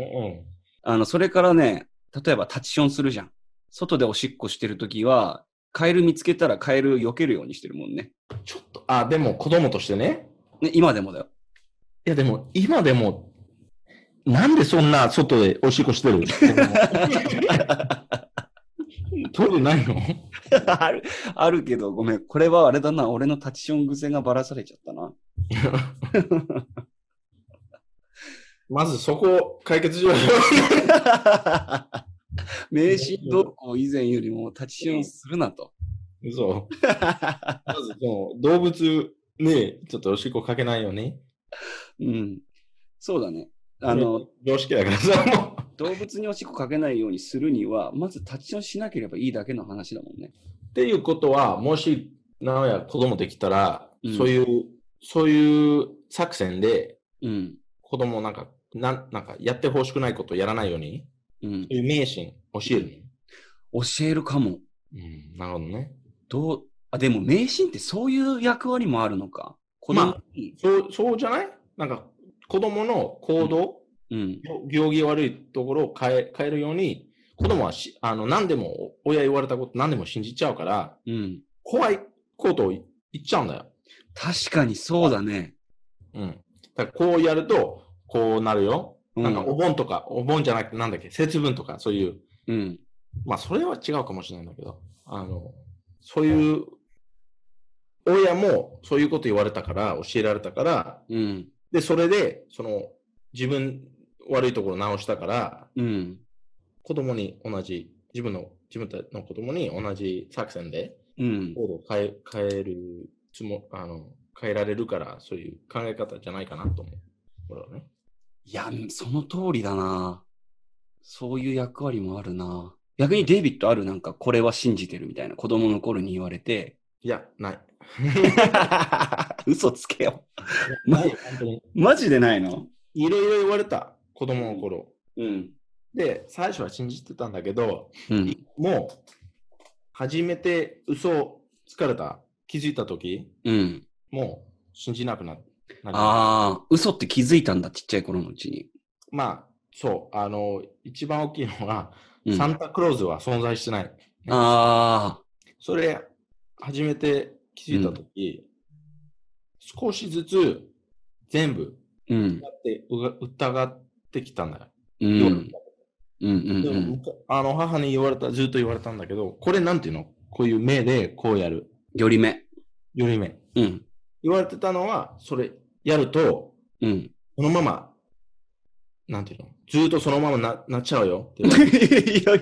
S2: あの、それからね、例えばタチションするじゃん。外でおしっこしてるときは、カエル見つけたらカエル避けるようにしてるもんね。
S3: うん。ちょっと、あ、でも子供としてね。
S2: ね今でもだよ。
S3: いやでも、今でも、なんでそんな外でおしっこして るトイレないの
S2: ある、あるけど、ごめん。これはあれだな。俺のタチション癖がばらされちゃった な。
S3: まずそこ解決しよう
S2: 迷信動向以前よりもタチションするなと。
S3: よ。そう。まずその動物ね、ちょっとおしっこかけないように。
S2: うん。そうだね。あの、、
S3: 常識だからさ。もう
S2: 動物におしっこかけないようにするには、まずタチションしなければいいだけの話だもんね。
S3: っていうことは、もし、なんや子供できたら、
S2: うん
S3: そういう、そういう作戦で、
S2: うん。
S3: 子供なんか、なんなんかやってほしくないことをやらないように、
S2: うん。
S3: そういう迷信教えるの。
S2: 教えるかも。
S3: うん、なるほどね。
S2: どう、あ、でも迷信ってそういう役割もあるのか。子供に、
S3: そうそうじゃないなんか子供の行動、
S2: うん。
S3: 行儀悪いところを変え変えるように、子供はしあの何でも親言われたこと何でも信じちゃうから、
S2: うん。
S3: 怖いことを言っちゃうんだよ。
S2: 確かにそうだね。
S3: うん。だからこうやると、こうなるよ。
S2: うん
S3: なんかお盆とか、お盆じゃなくてなんだっけ、節分とかそういう、
S2: うん。
S3: まあそれは違うかもしれないんだけど、あの、そういう、親もそういうこと言われたから、教えられたから、
S2: うん。
S3: で、それで、その、自分、悪いところ直したから、
S2: うん。
S3: 子供に同じ、自分の、自分たちの子供に同じ作戦で、
S2: うん。
S3: 行動を変え、変えるつも、あの、変えられるから、そういう考え方じゃないかなと思う。これはね。
S2: いや、その通りだな。そういう役割もあるな。逆にデイビッドあるなんか、これは信じてるみたいな、子供の頃に言われ て、
S3: いや、ない。
S2: 嘘つけよ。
S3: ない、本当に。
S2: マジでないの
S3: いろいろ言われた、子供の頃。
S2: うん。
S3: で、最初は信じてたんだけど、
S2: うん。
S3: もう、初めて嘘をつかれた、気づいたとき、
S2: うん。
S3: もう信じなくななり
S2: ああ、嘘って気づいたんだ、ちっちゃい頃のうちに。
S3: まあ、そう、あの、一番大きいのが、
S2: うん、
S3: サ
S2: あ
S3: ンタクローズは存在してない。
S2: あ
S3: それ、初めて気づいたとき、少しずつ全部
S2: ー、うん。
S3: だってうが疑ってきたんだよ。
S2: うん。う
S3: 言われ
S2: ん。うん。
S3: た
S2: う
S3: でも
S2: ん。
S3: うかあの母に言われた、ずっと言われたんだけど、これなんていうのこういう目でこうやる。
S2: より目。
S3: より目。
S2: うん。
S3: 言われてたのは、それやると、
S2: うん。
S3: そのまま、なんていうのずっとそのままななっちゃうよって
S2: いや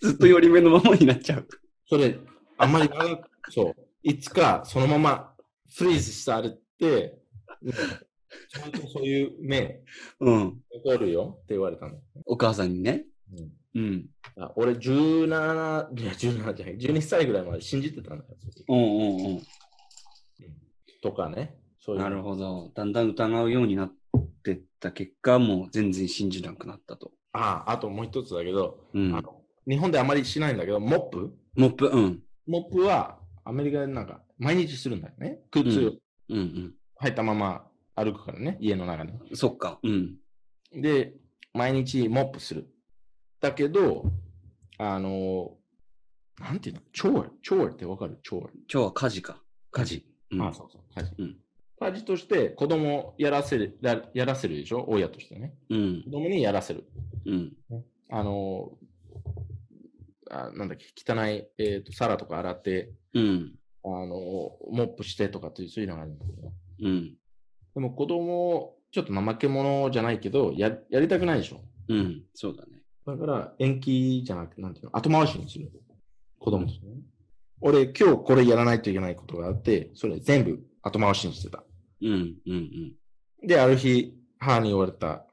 S2: ずっとより目のままになっちゃう。
S3: それ、あんまり長く、 そう、いつかそのままフリーズしてあれって、うんちゃんとそういう目、
S2: うん。
S3: 残るよって言われたの。
S2: お母さんにね。
S3: う
S2: う
S3: ん
S2: ん。
S3: あ俺17、いや17じゃない、12歳ぐらいまで信じてたんだよ。
S2: うんうんうん。
S3: とかね。そういう
S2: なるほど。だんだん疑うようになってった結果、もう全然信じなくなったと。
S3: ああ、あともう一つだけど、
S2: うん
S3: あ。の、日本であまりしないんだけど、モップ
S2: モップ、うん。
S3: モップはアメリカでなんか毎日するんだよね。
S2: うん
S3: 靴
S2: うん
S3: 履いたまま歩くからね、家の中に。
S2: うん。そっか。うん。
S3: で、毎日モップする。だけど、あの、なんていうのチョーチョーってわかるチョー
S2: 今日は火事か。火事。うん、
S3: あ、そうそう。家事。
S2: うん
S3: 家事として子供をやらせる、ややらせるでしょ親としてね。
S2: うん
S3: 子。供にやらせる。
S2: うん。
S3: あの、あなんだっけ、汚い、えー、と皿とか洗って、
S2: うん。
S3: あの、モップしてとかっていう、そういうのがあるんだけど。
S2: うん。
S3: でも子供を、ちょっと怠け者じゃないけど、ややりたくないでしょ
S2: うん。そうだね。
S3: だから、延期じゃなくて、なんていうの、後回しにする。子供としてね。俺、今日これやらないといけないことがあって、それ全部後回しにしてた。
S2: うん。うん。
S3: で、ある日、母に言われた。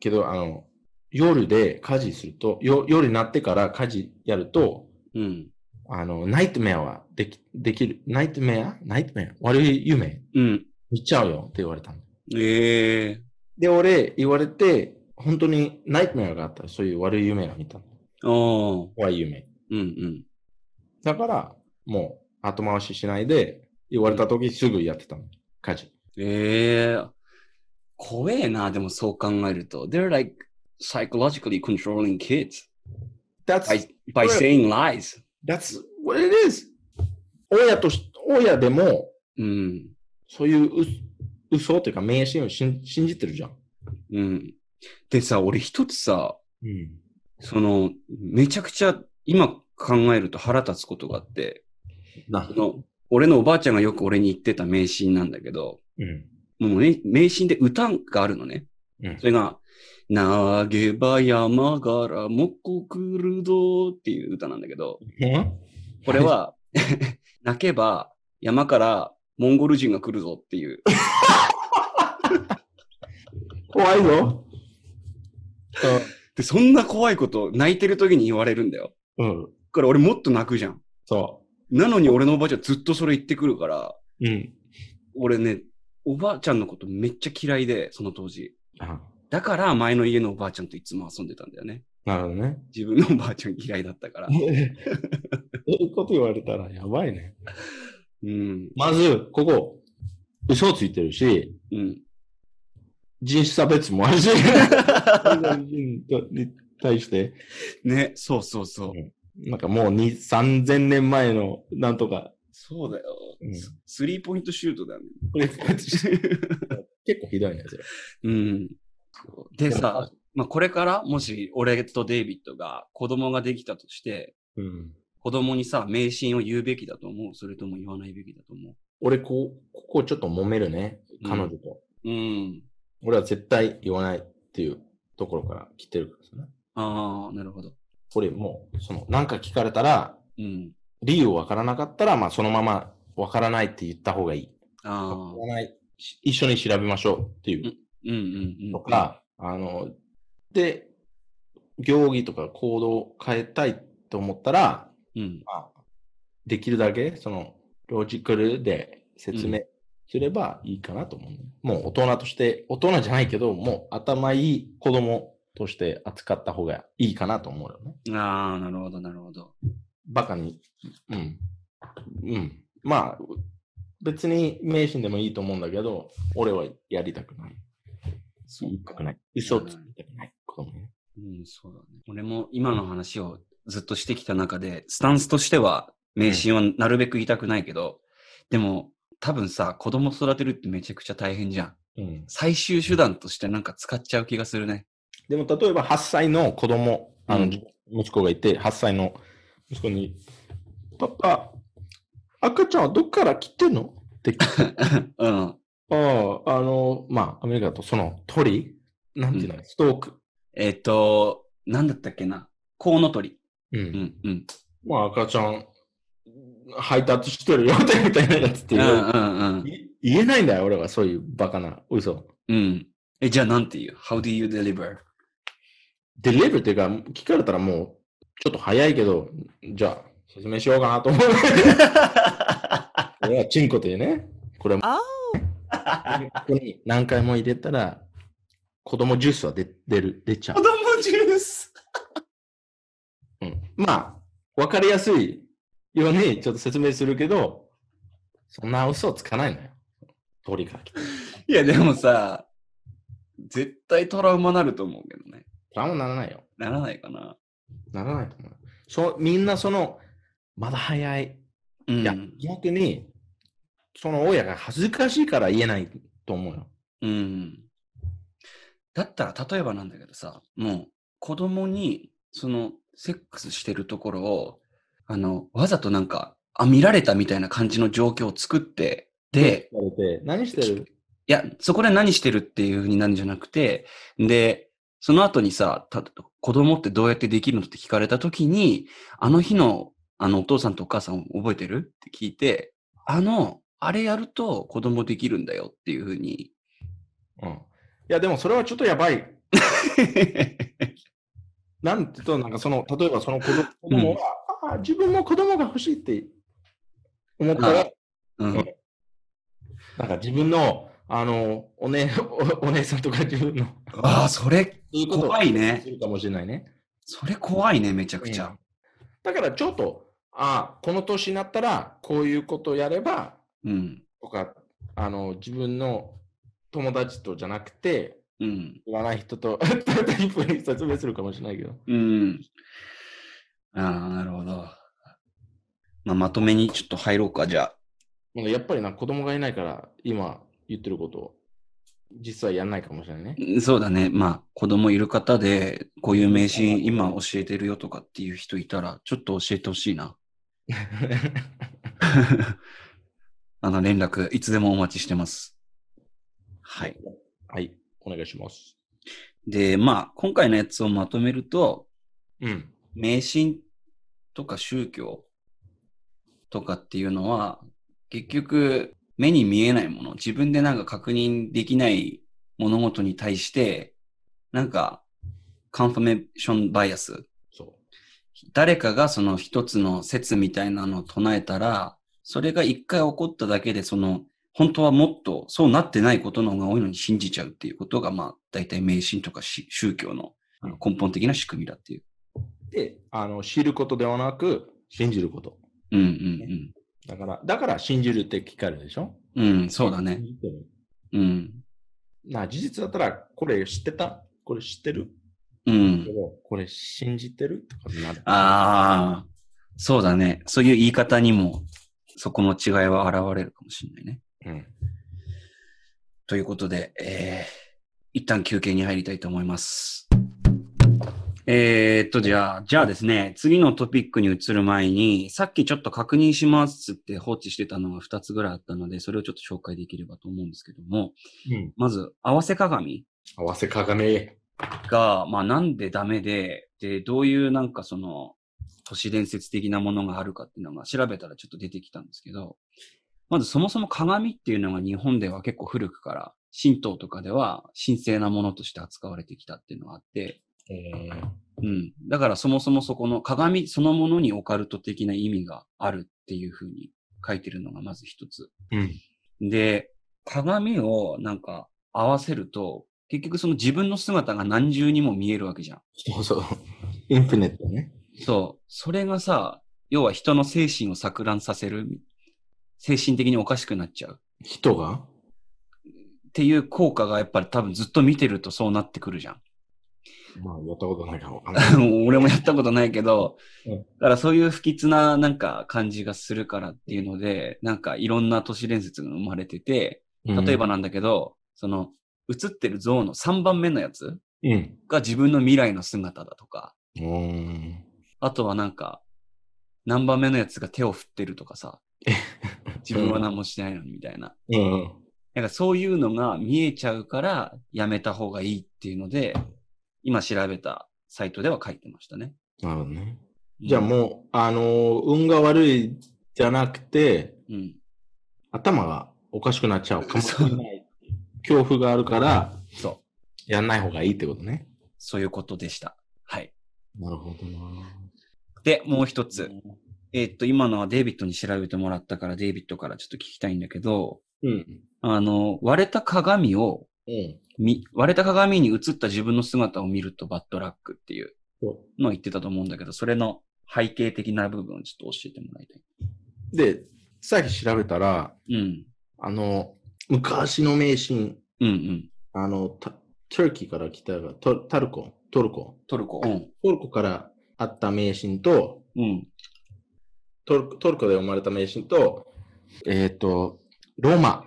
S3: けど、あの、夜で家事すると、よ夜になってから家事やると、
S2: うん。うん。
S3: あの、ナイトメアはでき、できる。ナイトメアナイトメア悪い夢
S2: うん。
S3: 見ちゃうよって言われたの。
S2: ええ
S3: で、俺、言われて、本当にナイトメアがあった。そういう悪い夢が見たの。
S2: ー。ああ。
S3: 怖い夢。
S2: うんうん。
S3: だから、もう後回ししないで、言われた時すぐやってたの。家事。
S2: ええ怖えな、でもそう考えると。They're like psychologically controlling kids
S3: That's,
S2: by, by saying lies.
S3: that's what it is. 親とし、親でも、
S2: うん。
S3: そういうう嘘というか迷信を信信じてるじゃん。
S2: うん。でさ、俺一つさ、
S3: うん。
S2: その、めちゃくちゃ今考えると腹立つことがあって、
S3: な
S2: あ。の俺のおばあちゃんがよく俺に言ってた迷信なんだけど、
S3: うん。
S2: もうね、迷信で歌があるのね。
S3: うん
S2: それが、投げば山からもこくるどっていう歌なんだけど、これ は、泣けば山からモンゴル人が来るぞっていう。
S3: 怖いぞ。
S2: で、そんな怖いこと泣いてる時に言われるんだよ。
S3: うん。
S2: だから俺もっと泣くじゃん。
S3: そ
S2: なのに俺のおばあちゃんずっとそれ言ってくるから、
S3: う。うん。
S2: 俺ね、おばあちゃんのことめっちゃ嫌いで、その当時。
S3: あ
S2: だから前の家のおばあちゃんといつも遊んでたんだよね。
S3: なるほど ね。。
S2: 自分のおばあちゃん嫌いだったから
S3: そういうこと言われたらやばいね。
S2: うん。
S3: まず、ここ、嘘ついてるし、
S2: うん。
S3: 人種差別もあるし、日本人に対して、
S2: ね、そうそうそう。
S3: なんかもう2、3000年前の、なんとか、
S2: そうだよ。
S3: うん
S2: ススリーポイントシュートだね。
S3: 結構ひどいね、それ。
S2: うん。でさ、まあ、これからもし俺とデイビッドが子供ができたとして、
S3: うん、
S2: 子供にさ、迷信を言うべきだと思うそれとも言わないべきだと思
S3: 俺こう、ここちょっと揉めるね、
S2: うん
S3: 彼女と。
S2: ううん。
S3: 俺は絶対言わないっていうところから来てるからね。
S2: ああ、なるほど。
S3: 俺もう、その、なんか聞かれたら、
S2: うん。
S3: 理由わからなかったら、まあそのままわからないって言った方がいい。
S2: ああ、
S3: わからない。し一緒に調べましょうっていう。
S2: うんうんうん。
S3: とか、あの、で、行儀とか行動を変えたいと思ったら、
S2: うん。
S3: まあ、できるだけ、その、ロジカルで説明すればいいかなと思うね、もう大人として、大人じゃないけど、もう頭いい子供として扱った方がいいかなと思うよね。
S2: ああ、なるほど、なるほど。
S3: バカに。うん。うん。まあ、別に迷信でもいいと思うんだけど、俺はやりたくない。
S2: そうか。
S3: ない。嘘をつきたくない。子供に。
S2: うん、そうだね。俺も今の話をずっとしてきた中で、スタンスとしては迷信はなるべく言いたくないけど、でも多分さ、子供育てるってめちゃくちゃ大変じゃん。
S3: うん。
S2: 最終手段としてなんか使っちゃう気がするね。
S3: でも、例えば8歳の子供、あの、
S2: うん
S3: 息子がいて、8歳の息子に、パパ、赤ちゃんはどっから来てんのって聞いて
S2: うん。
S3: ああ、あの、まあ、アメリカだとその鳥なんていうの、
S2: う
S3: ストーク。
S2: えっ、と、なんだったっけな。コウノトリ。
S3: うん。
S2: うん、うん。
S3: まあ、赤ちゃん、配達してるよってみたいなやつって
S2: うん、う
S3: いう。
S2: ん、うん。
S3: い言えないんだよ、俺は。そういうバカな嘘。
S2: うん。え、じゃあなんて言う ?How do you deliver?
S3: デリブっていうか、聞かれたらもう、ちょっと早いけど、じゃあ、説明しようか なと思う。俺はチンコというね、これも、
S1: Oh.
S3: ここに何回も入れたら、子供ジュースは出出る、出ちゃう
S2: 子。供ジュース。
S3: うん、まあ、わかりやすいようにちょっと説明するけど、そんな嘘つかないのよ。鳥から来た。
S2: いや、でもさ、絶対トラウマなると思うけどね。
S3: トラウマにならないよ。
S2: ならないかな。
S3: ならないと思う。そう、みんなその、まだ早い、
S2: うん。
S3: いや、逆に、その親が恥ずかしいから言えないと思うよ。
S2: うん。だったら、例えばなんだけどさ、もう、子供に、その、セックスしてるところを、あの、わざとなんか、あ、見られたみたいな感じの状況を作って、で、
S3: 言われて何してる
S2: いや、そこで何してるっていう風になるんじゃなくて、で、その後にさ、た子供ってどうやってできるのって聞かれた時に、あの日の、あの、お父さんとお母さん覚えてるって聞いて、あの、あれやると子供できるんだよっていう風に
S3: うん。いや、でもそれはちょっとやばい。なんてと、なんかその、例えばその子供子供が、ああ、自分も子供が欲しいって思ったら、
S2: うん
S3: なんか自分の、あの、お,、ね、おお姉 さんとか自分の、
S2: ああ、それ
S3: そういうことを
S2: 怖いね
S3: す。るかもしれないね。
S2: それ怖いね、めちゃくち
S3: う
S2: ゃ
S3: ん。だからちょっと、ああ、この年になったら、こういうことをやれば、
S2: うん。
S3: とか、あの、自分の友達とじゃなくて、
S2: うん。
S3: 知らない人と、 タイプに説明するかもしれないけど。
S2: うん。ああ、なるほど。まあ、まとめにちょっと入ろうか、じゃあ。
S3: まあやっぱりな、子供がいないから、今言ってることを、実はやんないかもしれない ね。
S2: うんそうだね。まあ、子供いる方で、こういう名刺今教えてるよとかっていう人いたら、ちょっと教えてほしいな。あの、連絡、いつでもお待ちしてます。はい。
S3: はい、お願いします。
S2: で、まあ、今回のやつをまとめると、
S3: うん。
S2: 迷信とか宗教とかっていうのは結局目に見えないもの自分でなんか確認できない物事に対してなんかカンファメーションバイアス
S3: そ
S2: 誰かがその一つの説みたいなのを唱えたらそれが一回起こっただけでその本当はもっとそうなってないことの方が多いのに信じちゃうっていうことがまあ大体迷信とかし宗教のあの根本的な仕組みだっていう。
S3: う。で、あの、知ることではなく、信じること。
S2: うんうんうん。
S3: だから、だから信じるって聞かれるでしょ
S2: うん、そうだね。
S3: 信じてる
S2: うん。
S3: なあ、事実だったら、これ知ってたこれ知ってる
S2: う
S3: け
S2: ん。
S3: ど、これ信じてるとかになる。
S2: ああ、そうだね。そういう言い方にも、そこの違いは現れるかもしれないね。
S3: うん。
S2: ということで、えー、一旦休憩に入りたいと思います。えー、っと、じゃあ、じゃあですね、次のトピックに移る前に、さっきちょっと確認しますって放置してたのが2つぐらいあったので、それをちょっと紹介できればと思うんですけども、
S3: うん。
S2: まず、合わせ鏡
S3: 合わせ鏡。
S2: が、まあなんでダメで、で、どういうなんかその、都市伝説的なものがあるかっていうのが調べたらちょっと出てきたんですけど、まずそもそも鏡っていうのが日本では結構古くから、神道とかでは神聖なものとして扱われてきたっていうのがあって、えーうん。だからそもそもそこの鏡そのものにオカルト的な意味があるっていうふうに書いてるのがまず一つ。
S3: うん。
S2: で、鏡をなんか合わせると、結局その自分の姿が何重にも見えるわけじゃん。
S3: そうそう。インフィニットね。
S2: そう。それがさ、要は人の精神を錯乱させる。精神的におかしくなっちゃう。
S3: 人が
S2: っていう効果がやっぱり多分ずっと見てるとそうなってくるじゃん。
S3: まあ、やったことないかもわかんない。
S2: 俺もやったことないけど、
S3: うん
S2: だからそういう不吉ななんか感じがするからっていうので、なんかいろんな都市伝説が生まれてて、例えばなんだけど、その映ってる像の3番目のやつ
S3: うん。
S2: が自分の未来の姿だとか、
S3: うん。
S2: あとはなんか何番目のやつが手を振ってるとかさ、自分は何もしてないのにみたいな。
S3: うん。
S2: なんかそういうのが見えちゃうからやめた方がいいっていうので、今調べたサイトでは書いてましたね。
S3: なるほどね。じゃあ
S2: う
S3: もう、あのー運が悪いじゃなくて、
S2: ん、うん。
S3: 頭がおかしくなっちゃうかもし
S2: そ
S3: れ
S2: う
S3: ない。恐怖があるから、
S2: そう。
S3: やんない方がいいってことね。
S2: そういうことでした。はい。
S3: なるほどな。
S2: で、もう一つ。えーっと、今のはデイビッドに調べてもらったから、デイビッドからちょっと聞きたいんだけど、
S3: うん。
S2: あの、割れた鏡を
S3: うん。
S2: 見、割れた鏡に映った自分の姿を見るとバッドラックっていう
S3: そ
S2: のを言ってたと思うんだけど、それの背景的な部分をちょっと教えてもらいたい。
S3: うで、さっき調べたら、
S2: うん。
S3: あの、昔の迷信、
S2: うんうん。
S3: あの、タトルキーから来たが、トタルコ、トルコ。
S2: トルコ。うん。
S3: トルコからあった迷信と、
S2: うん。
S3: トルコトルコで生まれた迷信と、えっ、と、ローマ、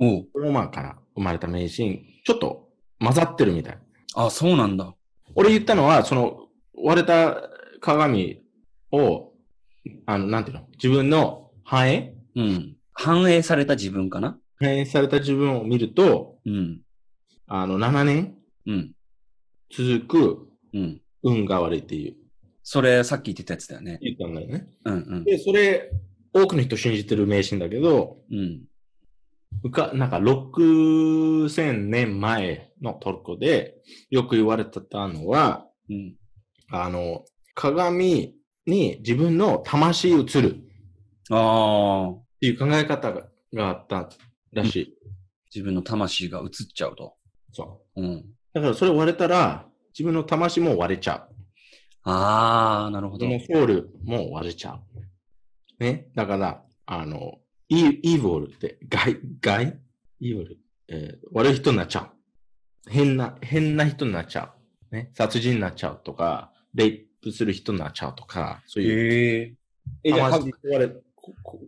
S2: おう
S3: ローマから生まれた迷信、ちょっと混ざってるみたい。
S2: あ、そうなんだ。
S3: 俺言ったのは、その、割れた鏡を、あの、なんていうの自分の反映
S2: うん。反映された自分かな
S3: 反映された自分を見ると、
S2: うん。
S3: あの、7年
S2: うん。
S3: 続く
S2: うん。
S3: 運が悪いっていう。
S2: それ、さっき言ってたやつだよね。
S3: 言ったんだよね。
S2: うんうん。
S3: で、それ、多くの人信じてる迷信だけど、
S2: うん。
S3: むか、なんか6000年前のトルコでよく言われてたのは、
S2: うん。
S3: あの、鏡に自分の魂映るっ
S2: ああ。
S3: ていう考え方ががあったらしい。
S2: 自分の魂が移っちゃうと。
S3: そう。
S2: うん。
S3: だからそれ割れたら、自分の魂も割れちゃ
S2: ああ、なる
S3: う。
S2: ほ
S3: そ
S2: ど。
S3: のソウルも割れちゃう。ね。だから、あの、イーイーボールって、害、害イーボール、えー悪い人になっちゃう。変な、変な人になっちゃう。ね。殺人になっちゃうとか、レイプする人になっちゃうとか、そういう。
S2: ええじゃあ
S3: 魂壊れ、ここ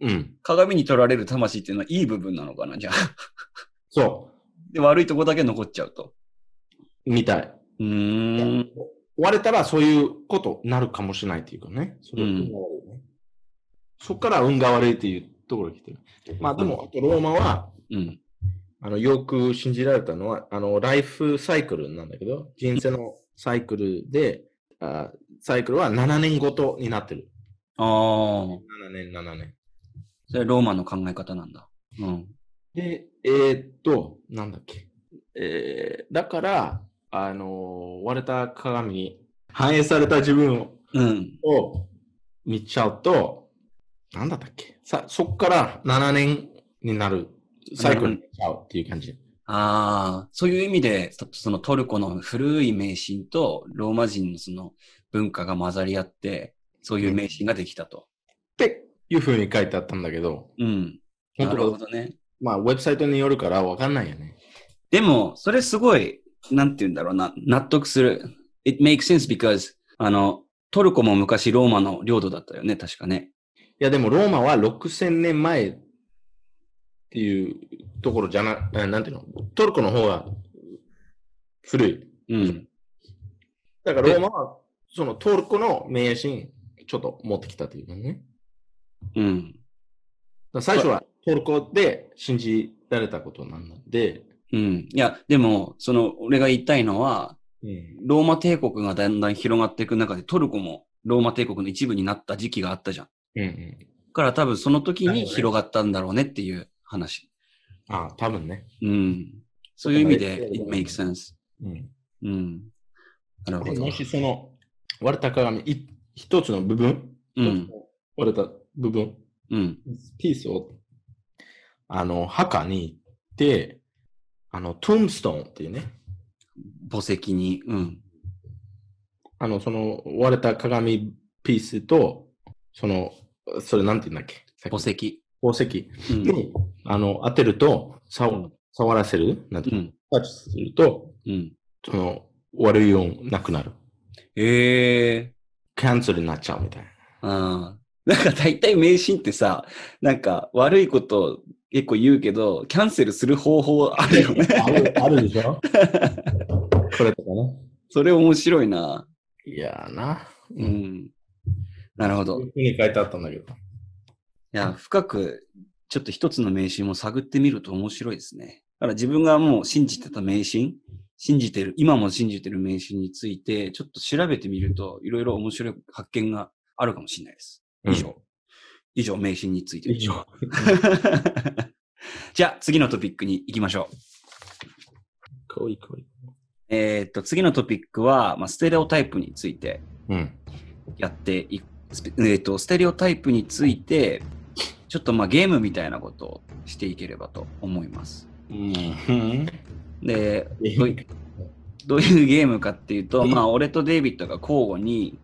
S3: うん。
S2: 鏡に取られる魂っていうのはいい部分なのかな、じゃあ。
S3: そ
S2: で、悪いとこだけ残っちゃうと。
S3: う。みたい。
S2: うーん。
S3: 割れたらそういうことになるかもしれないっていうかね。それ
S2: うん
S3: 運が悪いねそっから運が悪いっていうところに来てる。まあでも、あとローマは、
S2: うん。
S3: あの、よく信じられたのは、あの、ライフサイクルなんだけど、人生のサイクルで、あサイクルは7年ごとになってる。
S2: ああ。
S3: 7年、7年。
S2: それローマの考え方なんだ。うん。
S3: で、えーっと、なんだっけ。えー、だから、あのー割れた鏡に反映された自分を
S2: うん。
S3: を見ちゃうと、なんだったっけさそこから7年になるサイクルになっちゃうっていう感じ。
S2: ああ、そういう意味で、そそのトルコの古い迷信とローマ人のその文化が混ざり合って、そういう迷信ができたと。
S3: っていうふうに書いてあったんだけど、
S2: うん。
S3: 本
S2: なる
S3: 当
S2: ほ
S3: か
S2: どね。
S3: まあ、ウェブサイトによるからわかんないよね。
S2: でも、それすごい、なんて言うんだろうな、納得する。It makes sense because, あの、トルコも昔ローマの領土だったよね、確かね。
S3: いや、でもローマは6000年前っていうところじゃな、えなんていうのトルコの方が古い。
S2: うん。
S3: だからローマは、そのトルコの迷信、ちょっと持ってきたというかね。
S2: うん。
S3: だから最初はトルコで信じられたことなんで、
S2: うん。いや、でも、その、俺が言いたいのは、ローマ帝国がだんだん広がっていく中で、トルコもローマ帝国の一部になった時期があったじゃん。
S3: うんうん。
S2: だから多分その時
S3: なる
S2: に
S3: ほどね
S2: 広がったんだろうねっていう話。
S3: ああ、多分ね。
S2: うん。そういう意味
S3: そう
S2: で
S3: だ、ね
S2: it makes sense.
S3: うん。
S2: うん。なるほど
S3: も。しその割れた鏡、い一つの部分、
S2: うん。
S3: 割れた部分、
S2: うん。
S3: ピースを、あの、墓に行って、あの、トゥームストーンっていうね、
S2: 墓石に。うん。
S3: あの、その割れた鏡ピースと、その、それなんて言うんだっけ
S2: 墓石。
S3: 宝石
S2: うん。
S3: に、あの、当てると、さ
S2: うん
S3: 触らせる、なんて
S2: う
S3: いうの
S2: ん。
S3: タッチすると、
S2: うん。
S3: その、悪い音なくなる。
S2: ええ
S3: キャンセルになっちゃうみたいな。
S2: ああ。なんか大体迷信ってさ、なんか悪いこと結構言うけど、キャンセルする方法あるよね。
S3: ある、あるでしょこれとかね。
S2: それ面白いな。
S3: いやーな。
S2: う
S3: うん
S2: ん。なるほど。い
S3: に書いてあったんだけど。
S2: や、深く、ちょっと一つの迷信を探ってみると面白いですね。だから自分がもう信じてた迷信、信じてる、今も信じてる迷信について、ちょっと調べてみると、いろいろ面白い発見があるかもしれないです。以上。以上、迷信について
S3: 以
S2: でした。
S3: 上。
S2: じゃあ、次のトピックに行きましょう。
S3: かわいいかわいい。
S2: えーっと、次のトピックは、まあ、ステレオタイプについて
S3: うん。
S2: やっていスペえーっと、ステレオタイプについて、ちょっとまあゲームみたいなことをしていければと思います。
S3: うん。
S2: で、どういどういうゲームかっていうと、まあ、俺とデイビッドが交互に、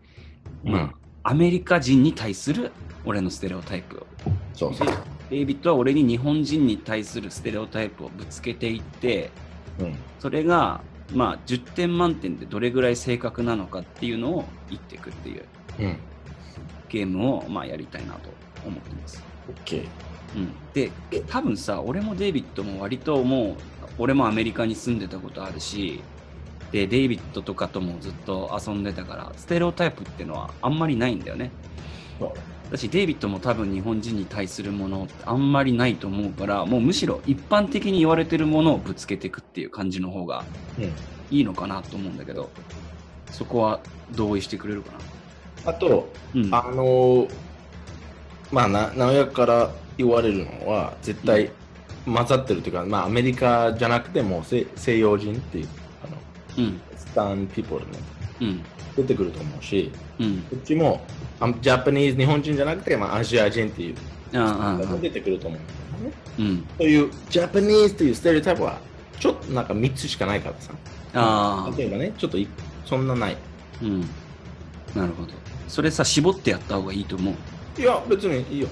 S3: う
S2: まあ
S3: ん。
S2: アメリカ人に対する俺のステレオタイプを
S3: そうそう。
S2: デイビッドは俺に日本人に対するステレオタイプをぶつけていって
S3: うん。
S2: それがまあ10点満点でどれぐらい正確なのかっていうのを言っていくっていう
S3: うん。
S2: ゲームをまあやりたいなと思ってます、
S3: オッケー。
S2: うん、で多分さ俺もデイビッドも割ともう俺もアメリカに住んでたことあるしでデイビッドとかともずっと遊んでたからステレオタイプってのはあんまりないんだよね
S3: そう
S2: だしデイビッドも多分日本人に対するものってあんまりないと思うからもうむしろ一般的に言われてるものをぶつけていくっていう感じの方が
S3: うん
S2: いいのかなと思うんだけどそこは同意してくれるかな
S3: あと、
S2: うん
S3: あのー、まあ、な、直屋から言われるのは、絶対混ざってるというか、まあ、アメリカじゃなくても、西西洋人っていう、あ
S2: う
S3: の、
S2: ん
S3: スタンピーポルね、
S2: うん
S3: 出てくると思うし、
S2: うん
S3: こっちも、あジャパニーズ、日本人じゃなくて、まあ、アジア人っていう、
S2: ああああ
S3: 出てくると思うんだよね。
S2: うん
S3: そういうジャパニーズというステレオタイプはちょっとなんか3つしかないからさ。
S2: ああ
S3: 例えばね、ちょっといそんなない。
S2: うんなるほどそれさ絞ってやった方がいいと思う
S3: いや、別にいいよ。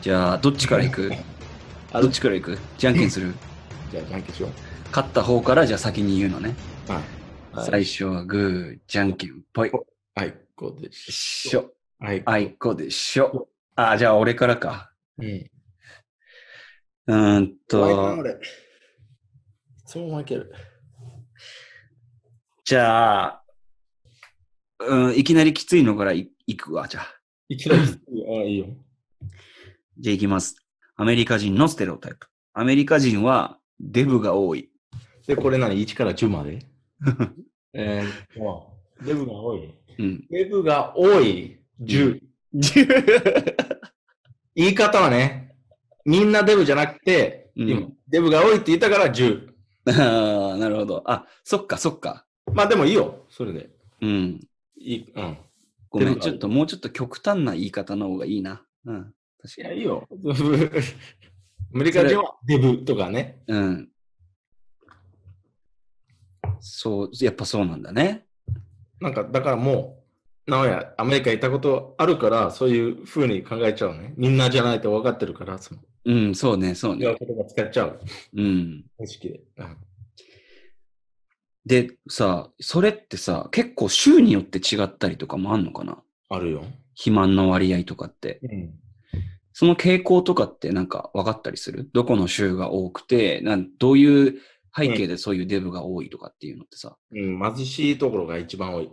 S2: じゃあどっちからいく
S3: あ
S2: どっちからいくじゃんけん する
S3: じゃあ、じゃんけんしよ
S2: 勝った方からじゃあ先に言うのね
S3: う。はい。はい、
S2: 最初はグーじゃんけんぽい
S3: はい、こうです。
S2: しょ
S3: はい。
S2: あいこでしょ。あ、じゃあ俺からか。
S3: うん。
S2: うーん
S3: 怖いな
S2: と、
S3: 俺。そう負ける。
S2: じゃあ、うん、いきなりきついのからいいくわ、じゃあ。
S3: いきなり。あ、いいよ。
S2: じゃあいきます。アメリカ人のステレオタイプ。アメリカ人はデブが多い。
S3: で、これ何 ?1 から10まで えー、とデブが多い。
S2: うん。
S3: デブが多い。10。言い方はね、みんなデブじゃなくて、
S2: うん
S3: 今デブが多いって言ったから10。
S2: ああ、なるほど。あ、そっかそっか。
S3: まあでもいいよ、それで。
S2: うん。
S3: いい、うん。
S2: ごめ
S3: デ
S2: ん、
S3: ブが多
S2: ち
S3: い
S2: ょっともうちょっと極端な言い方の方がいいな。うん。確
S3: い
S2: か
S3: や、
S2: に。
S3: いい よ。アメリカ人はデブとかね。
S2: うん。そう、やっぱそうなんだね。
S3: なんか、だからもう、なおや、アメリカ行ったことあるから、そういうふうに考えちゃうね。みんなじゃないと分かってるから、その、
S2: うん、そうね、そう
S3: 違
S2: ね
S3: う。言葉使っちゃう。
S2: うん。
S3: 意識で。うん
S2: で、さ、それってさ、結構州によって違ったりとかもあんのかな
S3: あるよ。
S2: 肥満の割合とかって。
S3: うん。
S2: その傾向とかってなんか分かったりするどこの州が多くて、なんどういう背景でそういうデブが多いとかっていうのってさ。
S3: うん、貧しいところが一番多い。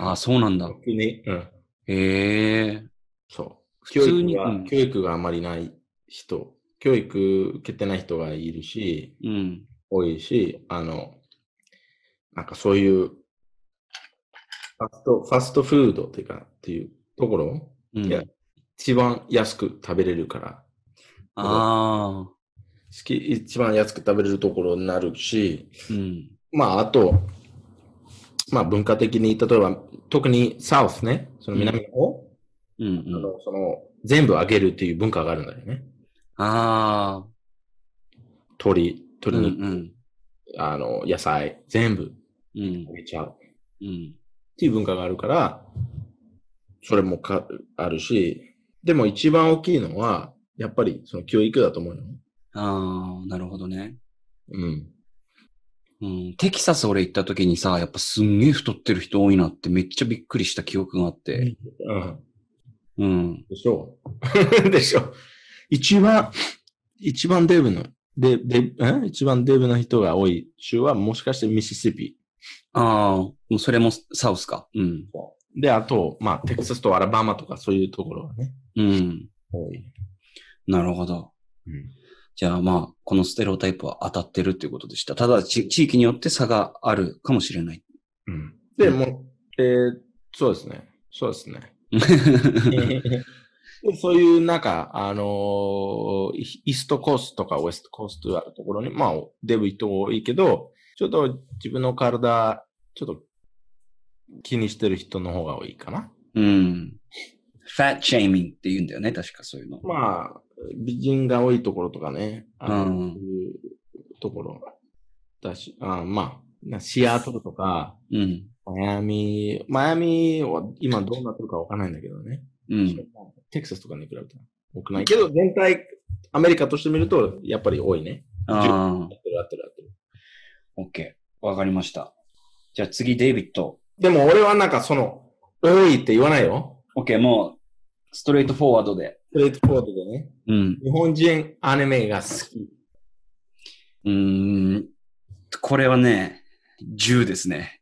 S2: ああ、そうなんだ。
S3: 国うん。
S2: へえ。
S3: そう。
S2: 普
S3: 教
S2: 通
S3: 育
S2: に
S3: が、
S2: うん
S3: 教育があまりない人、教育受けてない人がいるし、
S2: うん。
S3: 多いし、あの、なんかそういう、ファスト、ファストフードっていうか、っていうところ、
S2: う
S3: いや
S2: ん、
S3: 一番安く食べれるから、
S2: ああ。
S3: 好き、一番安く食べれるところになるし、
S2: うん。
S3: まあ、あと、まあ文化的に、例えば、特にサウスね、その南の方、
S2: うん
S3: あ
S2: うん。
S3: のその全部あげるっていう文化があるんだよね。
S2: ああ。
S3: 鳥、鳥
S2: うんう
S3: に、
S2: ん。
S3: あの、野菜、全部
S2: うん
S3: あげちゃう。
S2: うん。
S3: っていう文化があるから、それもかあるし、でも一番大きいのは、やっぱりその教育だと思うよ。
S2: ああ、なるほどね。
S3: うん。
S2: うん、テキサス俺行った時にさ、やっぱすんげえ太ってる人多いなってめっちゃびっくりした記憶があって。
S3: うん。
S2: うん。
S3: でしょう でしょう一番、一番デブの、で、で、え一番デブな人が多い州はもしかしてミシシッピ。
S2: ああ、もうそれもサウスか。うん。
S3: で、あと、まあ、テキサスとアラバマとかそういうところはね、
S2: うん。
S3: 多い。
S2: なるほど。
S3: うん。
S2: じゃあまあ、このステレオタイプは当たってるっていうことでした。ただ、ち地域によって差があるかもしれ ない。
S3: うん、で、もう、えーそうですね。そうですね。 でそういう、なんか、あのーイイーストコースとかウエストコースとあるところに、まあ、デブ人多いけど、ちょっと自分の体、ちょっと気にしてる人の方が多いかな。
S2: うん。ファッチェイミングって言うんだよね。確かそういうの。
S3: まあ、美人が多いところとかね、あの
S2: うん
S3: そういうところだし、あまあ、なシアトルとか、
S2: うん。
S3: マイアミ、マイアミは今どうなってるかわかんないんだけどね。
S2: うん。
S3: テキサスとかに比べたら多くないけど、全体、アメリカとして見ると、やっぱり多いね。
S2: ああ
S3: 合っ、てる合ってる合ってる。
S2: オッケー。わかりました。じゃあ次、デイビッド。
S3: でも俺はなんかその、多いって言わないよ。
S2: オッケー、もう、ストレートフォワードで。
S3: ストレートフォワードでね。
S2: うん。
S3: 日本人アニメが好 き。
S2: うーん、これはね、10です ね。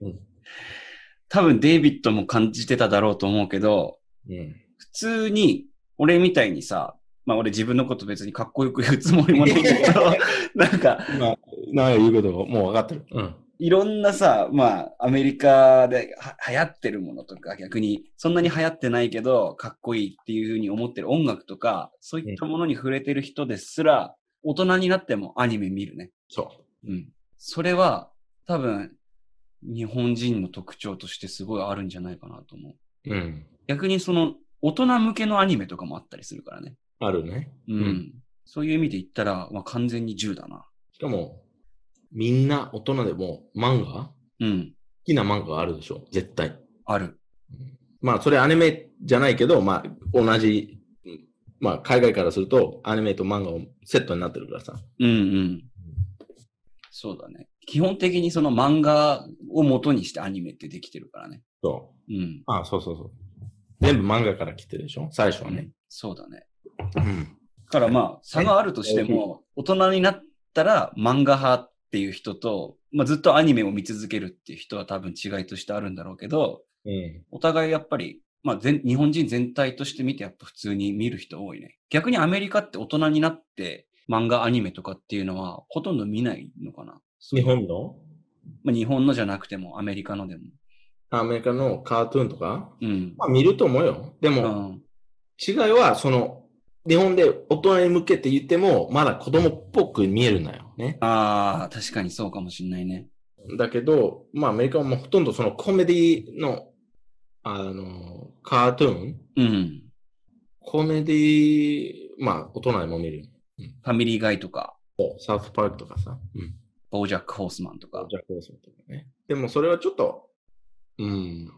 S3: うん
S2: 多分デイビッドも感じてただろうと思うけど、
S3: うん。
S2: 普通に、俺みたいにさ、まあ俺自分のこと別にかっこよく言うつもりもないんだけ ど、なんか、
S3: まあ、なんや言うことがもう分かってる。うん。
S2: いろんなさ、まあアメリカでは流行ってるものとか逆に、そんなに流行ってないけど、かっこいいっていうふうに思ってる音楽とか、そういったものに触れてる人ですら、大人になってもアニメ見るね。
S3: そ
S2: うん。それは多分日本人の特徴としてすごいあるんじゃないかなと思う。
S3: う。うん。
S2: 逆にその大人向けのアニメとかもあったりするからね。
S3: あるね。
S2: うん。
S3: うん
S2: そういう意味で言ったら、まあ、完全に10だな。
S3: しかも、みんな大人でも漫画好
S2: うん。
S3: きな漫画があるでしょ。絶対。
S2: ある。
S3: まあ、それアニメじゃないけど、まあ、同じ、うんまあ、海外からすると、アニメと漫画をセットになってるからさ。
S2: うんうん。そうだね。基本的にその漫画を元にしてアニメってできてるからね。
S3: そう。
S2: うん。
S3: あそうそうそう。全部漫画から来てるでしょ最初はね。
S2: そうだね。
S3: うん。
S2: だからまあ、差があるとしても、大人になったら漫画派っていう人と、まあずっとアニメを見続けるっていう人は多分違いとしてあるんだろうけど、
S3: うん。
S2: お互いやっぱり、まあ全、日本人全体として見てやっぱ普通に見る人多いね。逆にアメリカって大人になって漫画アニメとかっていうのはほとんど見ないのかな。
S3: 日本の
S2: まあ、日本のじゃなくてもアメリカのでも。
S3: アメリカのカートゥーンとか、
S2: うん。
S3: まあ見ると思うよ。で
S2: う
S3: も、
S2: ん、
S3: 違いは、その、日本で大人に向けて言っても、まだ子供っぽく見えるんだよね。
S2: ああ、確かにそうかもしんないね。
S3: だけど、まあアメリカはもうほとんどそのコメディの、あの、カートゥーン
S2: うん。
S3: コメディ、まあ、大人でも見るよ。
S2: ファミリーガイとか、
S3: サウスパークとかさ。うん。
S2: ボージャック・ホースマンとか。
S3: ジャック・ウォーソンとかね。でも、それはちょっと、うん。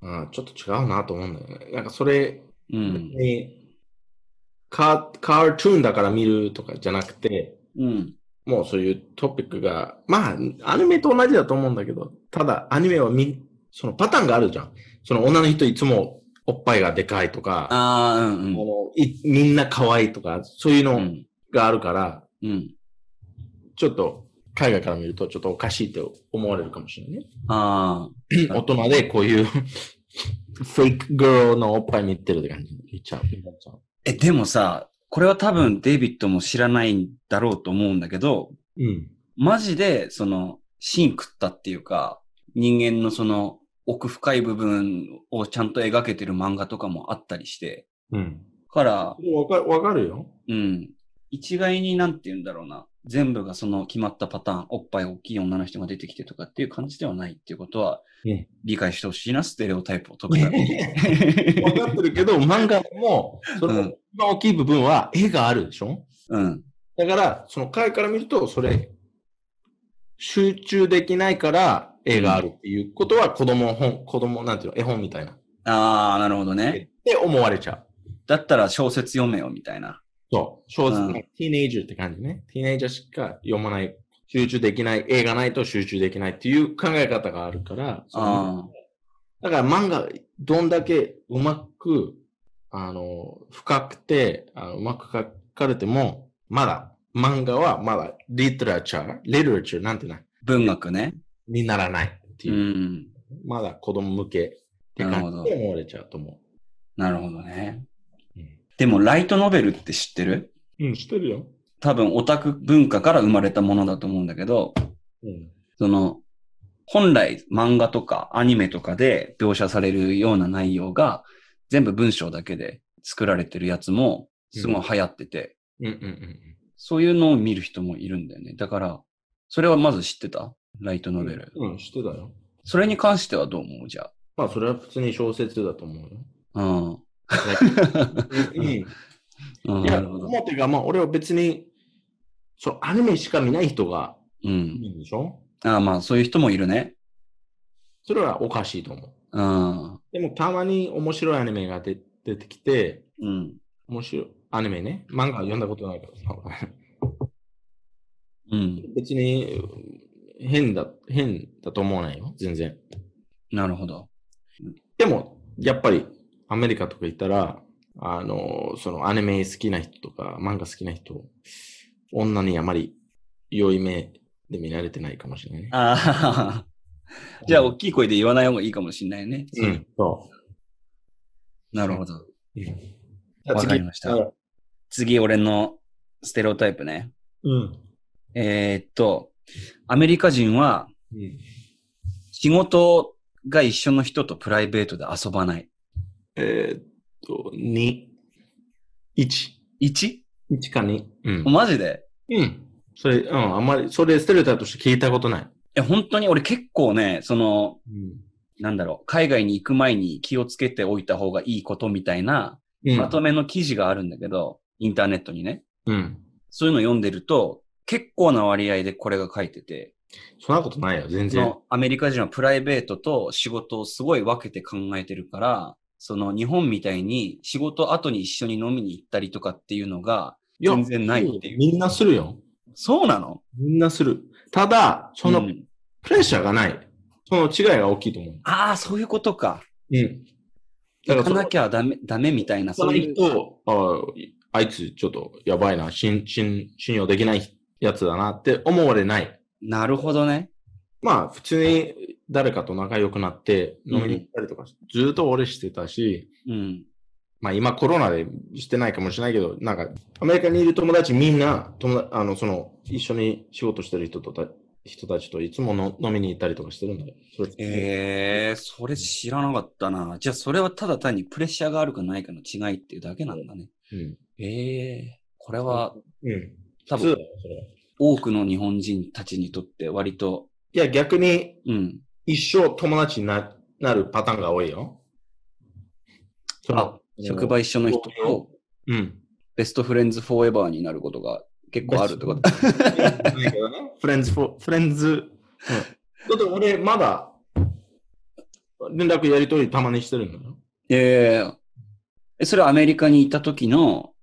S3: ああちょっと違うなと思うんだよね。なんか、それ
S2: うん。
S3: に、カー、カートゥーンだから見るとかじゃなくて、
S2: うん。
S3: もうそういうトピックが、まあ、アニメと同じだと思うんだけど、ただ、アニメはみ、そのパターンがあるじゃん。その女の人いつもおっぱいがでかいとか、
S2: ああ、うん
S3: あ
S2: うん。
S3: のいみんな可愛いとか、そういう
S2: う
S3: の
S2: ん。
S3: があるから、
S2: うん。
S3: ちょっと海外から見るとちょっとおかしいって思われるかもしれないね。
S2: ああ、
S3: 大人でこう いうフェイクグローのおっぱい見てるって感じ言っちゃう。言っちゃう
S2: え、でもさ、これは多分デイビッドも知らないんだろうと思うんだけど、
S3: うん。
S2: マジで、その、芯食ったっていうか、人間のその、奥深い部分をちゃんと描けてる漫画とかもあったりして、
S3: うん。
S2: から、
S3: わかわかるよ。
S2: うん、一概になんて言うんだろうな、全部がその決まったパターン、おっぱい大きい女の人が出てきてとかっていう感じではないっていうことは
S3: ね、
S2: 理解してほしいな、ステレオタイプを解くために。
S3: 分かってるけど、漫画も、その
S2: うん
S3: 一番大きい部分は絵があるでしょ
S2: うん。
S3: だから、その回から見ると、それ、集中できないから絵があるっていうことは、子供本、子供、なんていうの、絵本みたいな。
S2: ああ、なるほどね。
S3: って思われちゃう。
S2: だったら小説読めよ、みたいな。
S3: そう。小説、
S2: うん
S3: ティーネイジャーって感じね。ティーネイジャーしか読まない、集中できない、絵がないと集中できないっていう考え方があるから、その
S2: あ
S3: だから漫画、どんだけうまく、あの、深くて、あのうまく書かれても、まだ、漫画はまだ、リトラチャー、リトラチャーなんてない、
S2: ー文学ね。
S3: にならないって
S2: う
S3: いう、
S2: ん。
S3: まだ子供向けって
S2: なるほ
S3: 感
S2: ど
S3: じで思われちゃうと思
S2: なるほどね。
S3: う。
S2: でも、ライトノベルって知ってる
S3: うん、知ってるよ。
S2: 多分、オタク文化から生まれたものだと思うんだけど、
S3: うん。
S2: その、本来漫画とかアニメとかで描写されるような内容が、全部文章だけで作られてるやつも、すごい流行ってて、
S3: うんうんうん。
S2: そういうのを見る人もいるんだよね。だから、それはまず知ってたライトノベル。
S3: うん、知ってたよ。
S2: それに関してはどう思うじゃ
S3: まあ、それは普通に小説だと思 うよ。
S2: あ。うん。
S3: うんい
S2: うん、な
S3: や、
S2: るほど。
S3: 思ってが、まあ、俺は別に、そう、アニメしか見ない人が
S2: うん。
S3: いいんでしょ
S2: ああまあ、そういう人もいるね。
S3: それはおかしいと思う。
S2: うん。
S3: でも、たまに面白いアニメが出出てきて、
S2: うん。
S3: 面白い、アニメね、漫画は読んだことないからさ、
S2: うん。
S3: 別にうん変だ、変だと思わないよ、全然。
S2: なるほど。
S3: でも、やっぱり、アメリカとか行ったら、あの、そのアニメ好きな人とか、漫画好きな人、女にあまり良い目で見られてないかもしれないね。
S2: ああ。 じゃあ、大きい声で言わない方がいいかもしれないね。
S3: うん、そ
S2: なるほど。
S3: う。じゃあ
S2: わかりました。次、俺のステレオタイプね。
S3: うん。
S2: えーっと、アメリカ人は
S3: うん
S2: 仕事が一緒の人とプライベートで遊ばない。
S3: えーっと、2、1、
S2: 1?
S3: 1か2。うん。
S2: マジで
S3: うん。それ、うん、あんまり、それ、ステレオタイプとして聞いたことない。
S2: え、本当に俺結構ね、その、
S3: う
S2: なんだろう、海外に行く前に気をつけておいた方がいいことみたいな、
S3: ん。
S2: まとめの記事があるんだけど、インターネットにね。
S3: うん。
S2: そういうの読んでると、結構な割合でこれが書いてて、
S3: そんなことないよ、全
S2: そ
S3: 然。
S2: のアメリカ人はプライベートと仕事をすごい分けて考えてるから、その日本みたいに仕事後に一緒に飲みに行ったりとかっていうのが
S3: いや
S2: 全然ないっていう。
S3: みんなするよ。
S2: そうなの
S3: みんなする。ただ、その
S2: うん
S3: プレッシャーがない。その違いが大きいと思う。
S2: ああ、そういうことか。
S3: うん。
S2: 行
S3: だから
S2: か
S3: その
S2: な、きゃダメ、ダメみたいな、
S3: そ
S2: そうう
S3: い
S2: いうう。
S3: 人、ああいつちょっとやばいな、信信信用できないやつだなって思われない。
S2: なるほどね。
S3: まあ、普通に誰かと仲良くなって飲みに行ったりとか、ずっと俺してたし、
S2: うん。
S3: まあ今コロナでしてないかもしれないけど、なんかアメリカにいる友達みんな、友達あの、その、一緒に仕事してる人とた、人たちといつもの飲みに行ったりとかしてるんだよ。それ
S2: ええー、それ知らなかったな。じゃあ、それはただ単にプレッシャーがあるかないかの違いっていうだけなんだね。ええー、これは
S3: うん。うん。
S2: 多
S3: 普通
S2: 分
S3: だよそれは。
S2: 多くの日本人たちにとって割と、
S3: いや、逆に
S2: うん。
S3: 一生友達にななるパターンが多いよ。そ
S2: あ
S3: の、
S2: 職場一緒の人と
S3: うん。
S2: ベストフレンズフォーエバーになることが結構あるってこと。
S3: ないけどね フレンズフォー、フレンズ。うん、だって俺まだ連絡やりとりたまにしてるんだよ。
S2: ええー、えそれはアメリカにいた時の、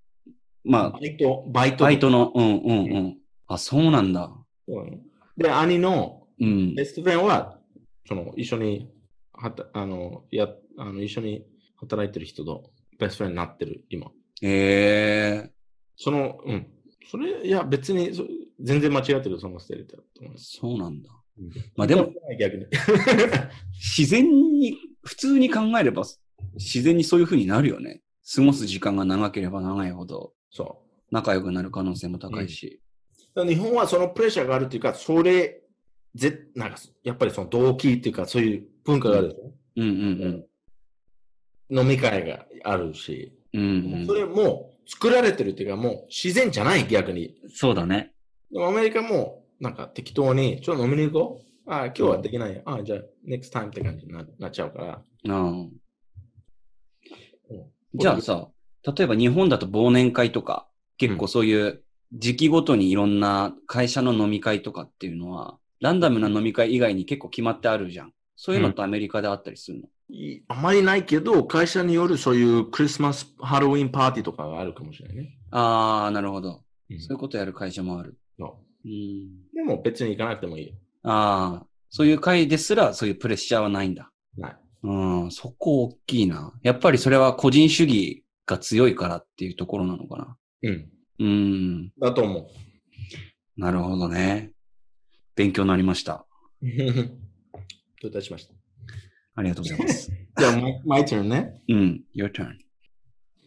S2: ま
S3: バイト、バイ
S2: あ、
S3: ト。
S2: バイトの、うんうんうん。あ、そうなんだ。
S3: そうねで、兄の
S2: うん。
S3: ベストフレンドは、その、一緒に、はた、あの、や、あの、一緒に働いてる人とベストフレンドになってる、今。
S2: ええー、
S3: その、うん。それ、いや、別に、そ全然間違ってる、そのステレオタイプと思います。
S2: そうなんだ
S3: うん。
S2: まあでも、、
S3: 逆に。
S2: 自然に、普通に考えれば、自然にそういう風になるよね。過ごす時間が長ければ長いほど、
S3: そ
S2: 仲良くなる可能性も高いし。
S3: う。だから日本はそのプレッシャーがあるっていうか、それ、ぜ、なんか、やっぱりその動機っていうか、そういう文化があるでしょ、
S2: うんうん
S3: 飲み会があるし、
S2: うん。うん、
S3: そ
S2: うん。
S3: れも作られてるっていうか、もう自然じゃない、逆に。
S2: そうだね。
S3: でもアメリカも、なんか適当に、ちょっと飲みに行こう。ああ、今日はできない。ああ、じゃあ、next time って感じにななっちゃうから。
S2: うんじゃあさ、例えば日本だと忘年会とか、結構そういう時期ごとにいろんな会社の飲み会とかっていうのは、ランダムな飲み会以外に結構決まってあるじゃん。そういうのってアメリカであったりするの、
S3: いあまりないけど、会社によるそういうクリスマス、ハロウィンパーティーとかがあるかもしれないね。
S2: ああ、なるほど。
S3: うん
S2: そういうことやる会社もある。
S3: そ
S2: うん。
S3: でも別に行かなくてもいいよ。
S2: ああ、そういう会ですらそういうプレッシャーはないんだ。
S3: ない。
S2: うん、そこ大きいな。やっぱりそれは個人主義が強いからっていうところなのかな。
S3: うん。
S2: うん、
S3: だと 思
S2: なるほどね。勉強になりました。
S3: う。どういたしました。
S2: ありがとうございます。
S3: じゃあ、my, my turn ね。
S2: うん、your turn.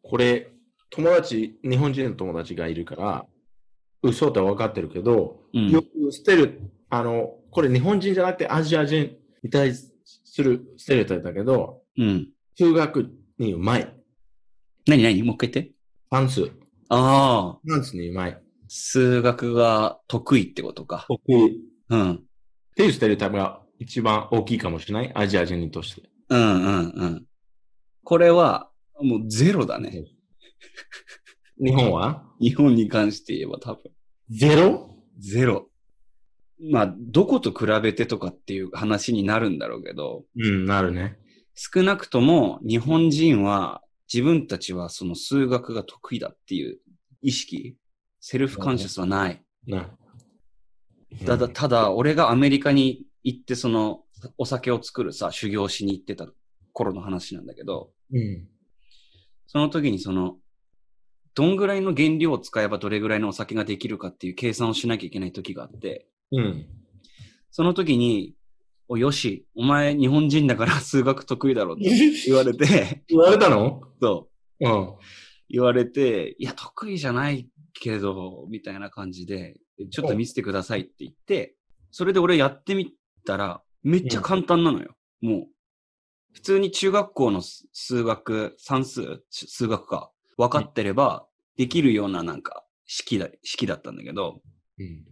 S3: これ、友達、日本人の友達がいるから、嘘って分かってるけど、
S2: うん
S3: よく捨てる、あの、これ日本人じゃなくてアジア人に対するステレオタイプだけど、
S2: うん。
S3: 数学にうまい。
S2: 何何もう一回言って。
S3: 算数。
S2: ああ、
S3: 算数にうまい。
S2: 数学が得意ってことか。
S3: 得意。っ
S2: うん。
S3: ていうステレオタイプが一番大きいかもしれない。アジア人にとして。
S2: うんうんうん。これは、もうゼロだね。
S3: 日本は
S2: 日本に関して言えば多分。
S3: ゼロ
S2: ゼロ。まあ、どこと比べてとかっていう話になるんだろうけど、
S3: うん、なるね。
S2: 少なくとも日本人は自分たちはその数学が得意だっていう意識、セルフカンシャスはない。
S3: な。
S2: ただ、ただ、俺がアメリカに行って、その、お酒を作るさ、修行しに行ってた頃の話なんだけど、
S3: うん。
S2: その時にその、どんぐらいの原料を使えばどれぐらいのお酒ができるかっていう計算をしなきゃいけない時があって、
S3: うん。
S2: その時に、おいよし、お前日本人だから数学得意だろって言われて、
S3: 言われたの
S2: そう、
S3: うん。
S2: 言われて、いや、得意じゃないけど、みたいな感じで、ちょっと見せてくださいって言って、それで俺やってみたら、めっちゃ簡単なのよ。もう、普通に中学校の数数学、算数、し数学か、分かってれば、できるようななんか、式だ、式だったんだけど、
S3: うん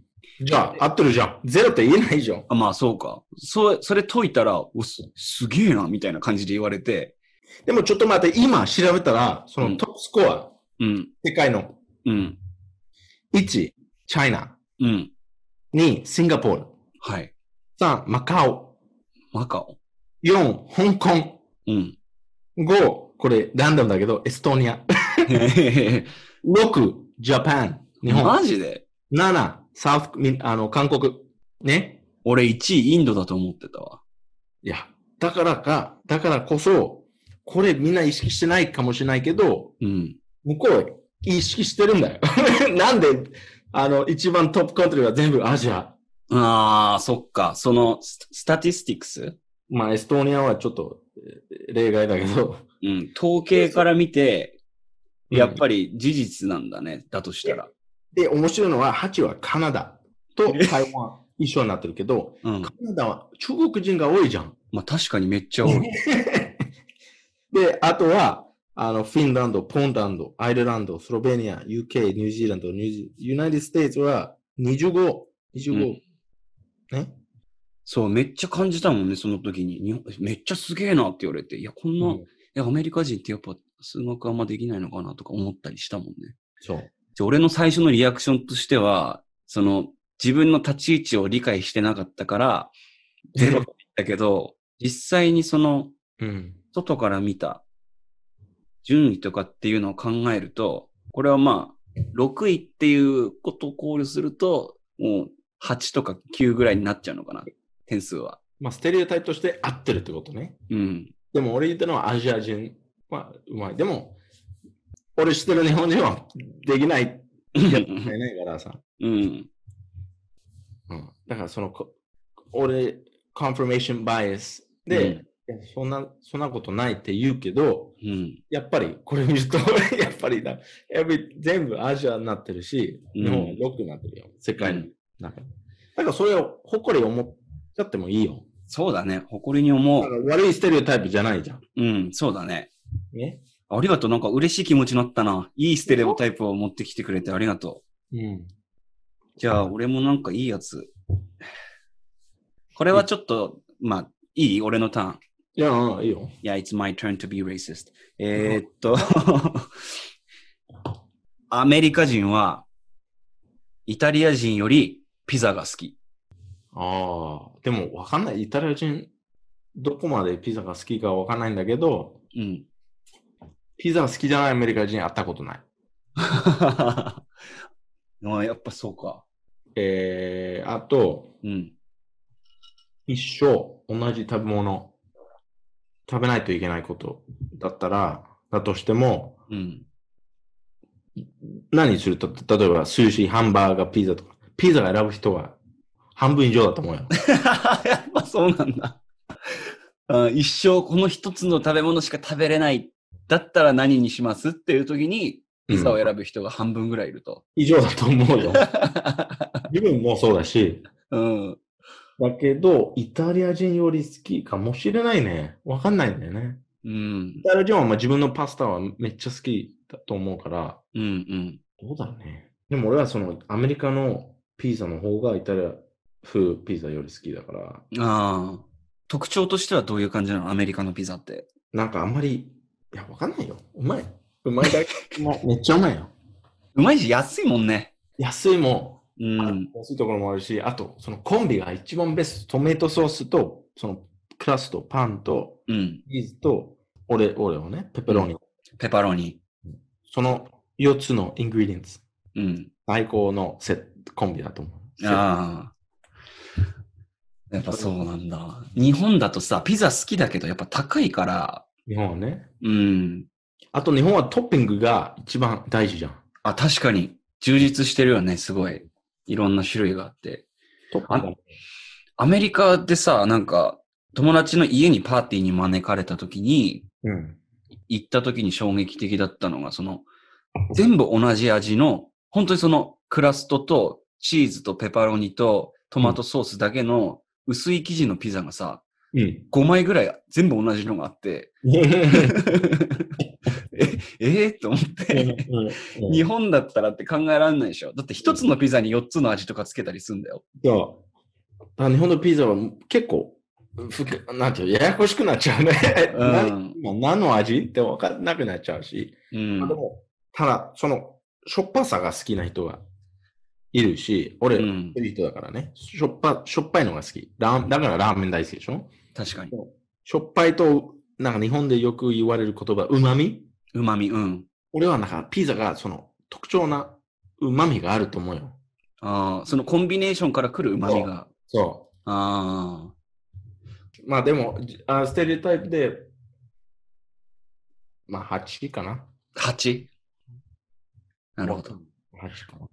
S3: じゃあ、合ってるじゃん。ゼロって言えないじゃん。
S2: あまあそうか。そう、それ解いたら、おす、すげえな、みたいな感じで言われて、
S3: でもちょっと待って、今調べたら、そうの
S2: ん
S3: トップスコア、
S2: うん、
S3: 世界の
S2: うん、
S3: 1、チャイナ。
S2: うん、
S3: 2、シンガポール。
S2: はい。
S3: 3、マカオ。
S2: マカオ。
S3: 4、香港。
S2: うん。
S3: 5、これ、ランダムだけど、エストニア。6、ジャパン。 日本。
S2: マジで
S3: 7、サウス、みあの、韓国。ね。
S2: 俺1位インドだと思ってたわ。
S3: いや、だからか、だからこそ、これみんな意識してないかもしれないけど、
S2: うん。
S3: 向こう意識してるんだよ。 なんで、あの、一番トップカントリーは全部アジア。
S2: ああ、そっか。そのス、スタティスティックス
S3: まあ、エストニアはちょっとえー例外だけど。
S2: うん。統計から見て、やっ
S3: り。
S2: ぱり事実なんだね。だとしたら。
S3: で、面白いのは、8はカナダと台湾一緒になってるけど、
S2: うん
S3: カ。ナダは中国人が多いじゃん。
S2: まあ確かにめっちゃ多い。
S3: で、あとは、あの、フィンランド、ポンランド、アイルランド、スロベニア、UK、ニュージーランド、ニュージー、ユナイテッド・ステイツは25、25。ね
S2: そう、めっちゃ感じたもんね、その時に。日本めっちゃすげえなって言われて。いや、こんな、いや、アメリカ人ってやっぱ数学あんまできないのかなとか思ったりしたもんね。
S3: そう。
S2: じゃあ俺の最初のリアクションとしては、その、自分の立ち位置を理解してなかったから、ゼロって言ったけど、実際にその、
S3: うん。
S2: 外から見た順位とかっていうのを考えると、これはまあ、6位っていうことを考慮すると、もう8とか9ぐらいになっちゃうのかな、点数は。
S3: まあ、ステレオタイプとして合ってるってことね。
S2: うん。
S3: でも俺言ったのはアジア人はうまい。でも、俺知ってる日本人はできない、やってないからさ。
S2: うん。
S3: うん、だからそのこ、俺、コンフォメーションバイアス
S2: うん
S3: で、いやそんな、そんなことないって言うけど、
S2: うん。
S3: やっぱりこれ見ると、 やっぱりだ、every- 全部アジアになってるし、
S2: うん
S3: 日本はロックになってるよ。世界の
S2: うん
S3: 中で。だからそれを誇り思っちゃってもいいよ。
S2: そうだね。誇りに思
S3: だか
S2: う。
S3: ら悪いステレオタイプじゃないじゃん。
S2: うん、そうだね。
S3: ね。
S2: ありがとう。なんか嬉しい気持ちになったな。いいステレオタイプを持ってきてくれてありがと
S3: うん。
S2: じゃあ、俺もなんかいいやつ。これはちょっと、まあ、いい俺のターン。
S3: いや、うんいいよ。
S2: Yeah, it's my turn to be racist. えーっと、 アメリカ人は、イタリア人よりピザが好き。
S3: ああ、でもわかんない。イタリア人、どこまでピザが好きかわかんないんだけど、
S2: うん。
S3: ピザ好きじゃないアメリカ人会ったことない。
S2: あやっぱそうか。
S3: えー、あと、
S2: うん。
S3: 一生同じ食べ物、食べないといけないことだったら、だとしても、
S2: うん。
S3: 何すると、例えば、寿司、ハンバーガー、ピザとか、ピザが選ぶ人は半分以上だと思うよ。
S2: やっぱそうなんだ。あ一生この一つの食べ物しか食べれない。だったら何にしますっていう時に、 ピザを
S3: うん
S2: 選ぶ人が半分ぐらいいると。
S3: 以上だと思 うよ。自分もそうだし。
S2: うん。
S3: だけど、イタリア人より好きかもしれないね。わかんないんだよね。
S2: うん
S3: イ。タリア人はまあ自分のパスタはめっちゃ好きだと思うから、
S2: うん。うん。
S3: どうだろうね。でも俺はそのアメリカのピザの方がイタリア風ピザより好きだから、
S2: ああ。特徴としてはどういう感じなのアメリカのピザって。
S3: なんかあんまり、いや、わかんないよ。うまい。うまいだけ。もうめっちゃうまいよ。
S2: うまいし、安いもんね。
S3: 安いも、
S2: うんん。
S3: 安いところもあるし、あと、そのコンビが一番ベスト、トメイトソースと、そのクラスとパンと、
S2: うん。
S3: チーズと、オレ、オレをね、ペペロニ、
S2: ペパロニ。
S3: その4つのイングリディエンツ、
S2: うん。
S3: 最高のセット、コンビだと思う。
S2: ああ。やっぱそうなんだ。日本だとさ、ピザ好きだけど、やっぱ高いから、
S3: 日本はね。
S2: うん。
S3: あと日本はトッピングが一番大事じゃん。
S2: あ、確かに、充実してるよね、すごい。いろんな種類があって。
S3: トッピング。
S2: アメリカでさ、なんか、友達の家にパーティーに招かれた時に、
S3: うん。
S2: 行った時に衝撃的だったのが、その、全部同じ味の、本当にその、クラストとチーズとペパロニとトマトソースだけの薄い生地のピザがさ、
S3: うん。
S2: 5枚ぐらい全部同じのがあって、 え、えー、と思って、日本だったらって考えられないでしょ。だって一つのピザに4つの味とかつけたりすんだよ。
S3: そう。だから日本のピザは結構、ふくなんていうややこしくなっちゃうね。
S2: うん
S3: 何今何の味って分かんなくなっちゃうし。
S2: うん。
S3: まあでも、ただ、その、しょっぱさが好きな人がいるし、俺、
S2: う
S3: そうい
S2: ん、
S3: う人だからね。しょっぱ、しょっぱいのが好き。ラーだからラーメン大好きでしょ
S2: 確かに。
S3: しょっぱいと、なんか日本でよく言われる言葉、うまみ
S2: うまみ、うん。
S3: 俺はなんかピザがその特徴なうまみがあると思うよ。
S2: ああ、そのコンビネーションから来るうまみが。
S3: そ
S2: ああ。
S3: う。まあでも、じあステレオタイプで、まあ8かな。
S2: 8? なるほど。。
S3: 8かな。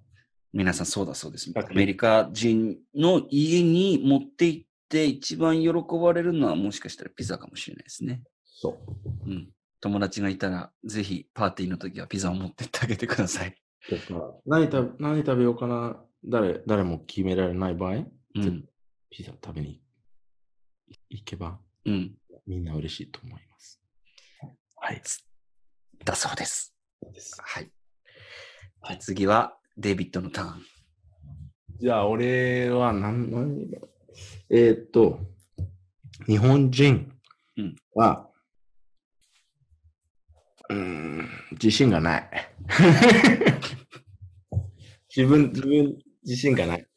S2: 皆さんそうだそうです。
S3: だっ
S2: ア
S3: て
S2: メリカ人の家に持って行って一番喜ばれるのはもしかしたらピザかもしれないですね。
S3: そ
S2: う
S3: う。
S2: ん。友達がいたら、ぜひパーティーの時はピザを持ってってあげてください。
S3: とか何食べ何食べようかな誰、誰も決められない場合、
S2: うん。
S3: ピザ食べに行けば
S2: うん。
S3: みんな嬉しいと思います。
S2: はい。だそうです。
S3: です
S2: はい。じゃあ次は、デイビッドのターン。
S3: じゃあ俺は何、何えーっと、日本人
S2: うん
S3: は、うーん、自信がない。 自分、自分、自信がない。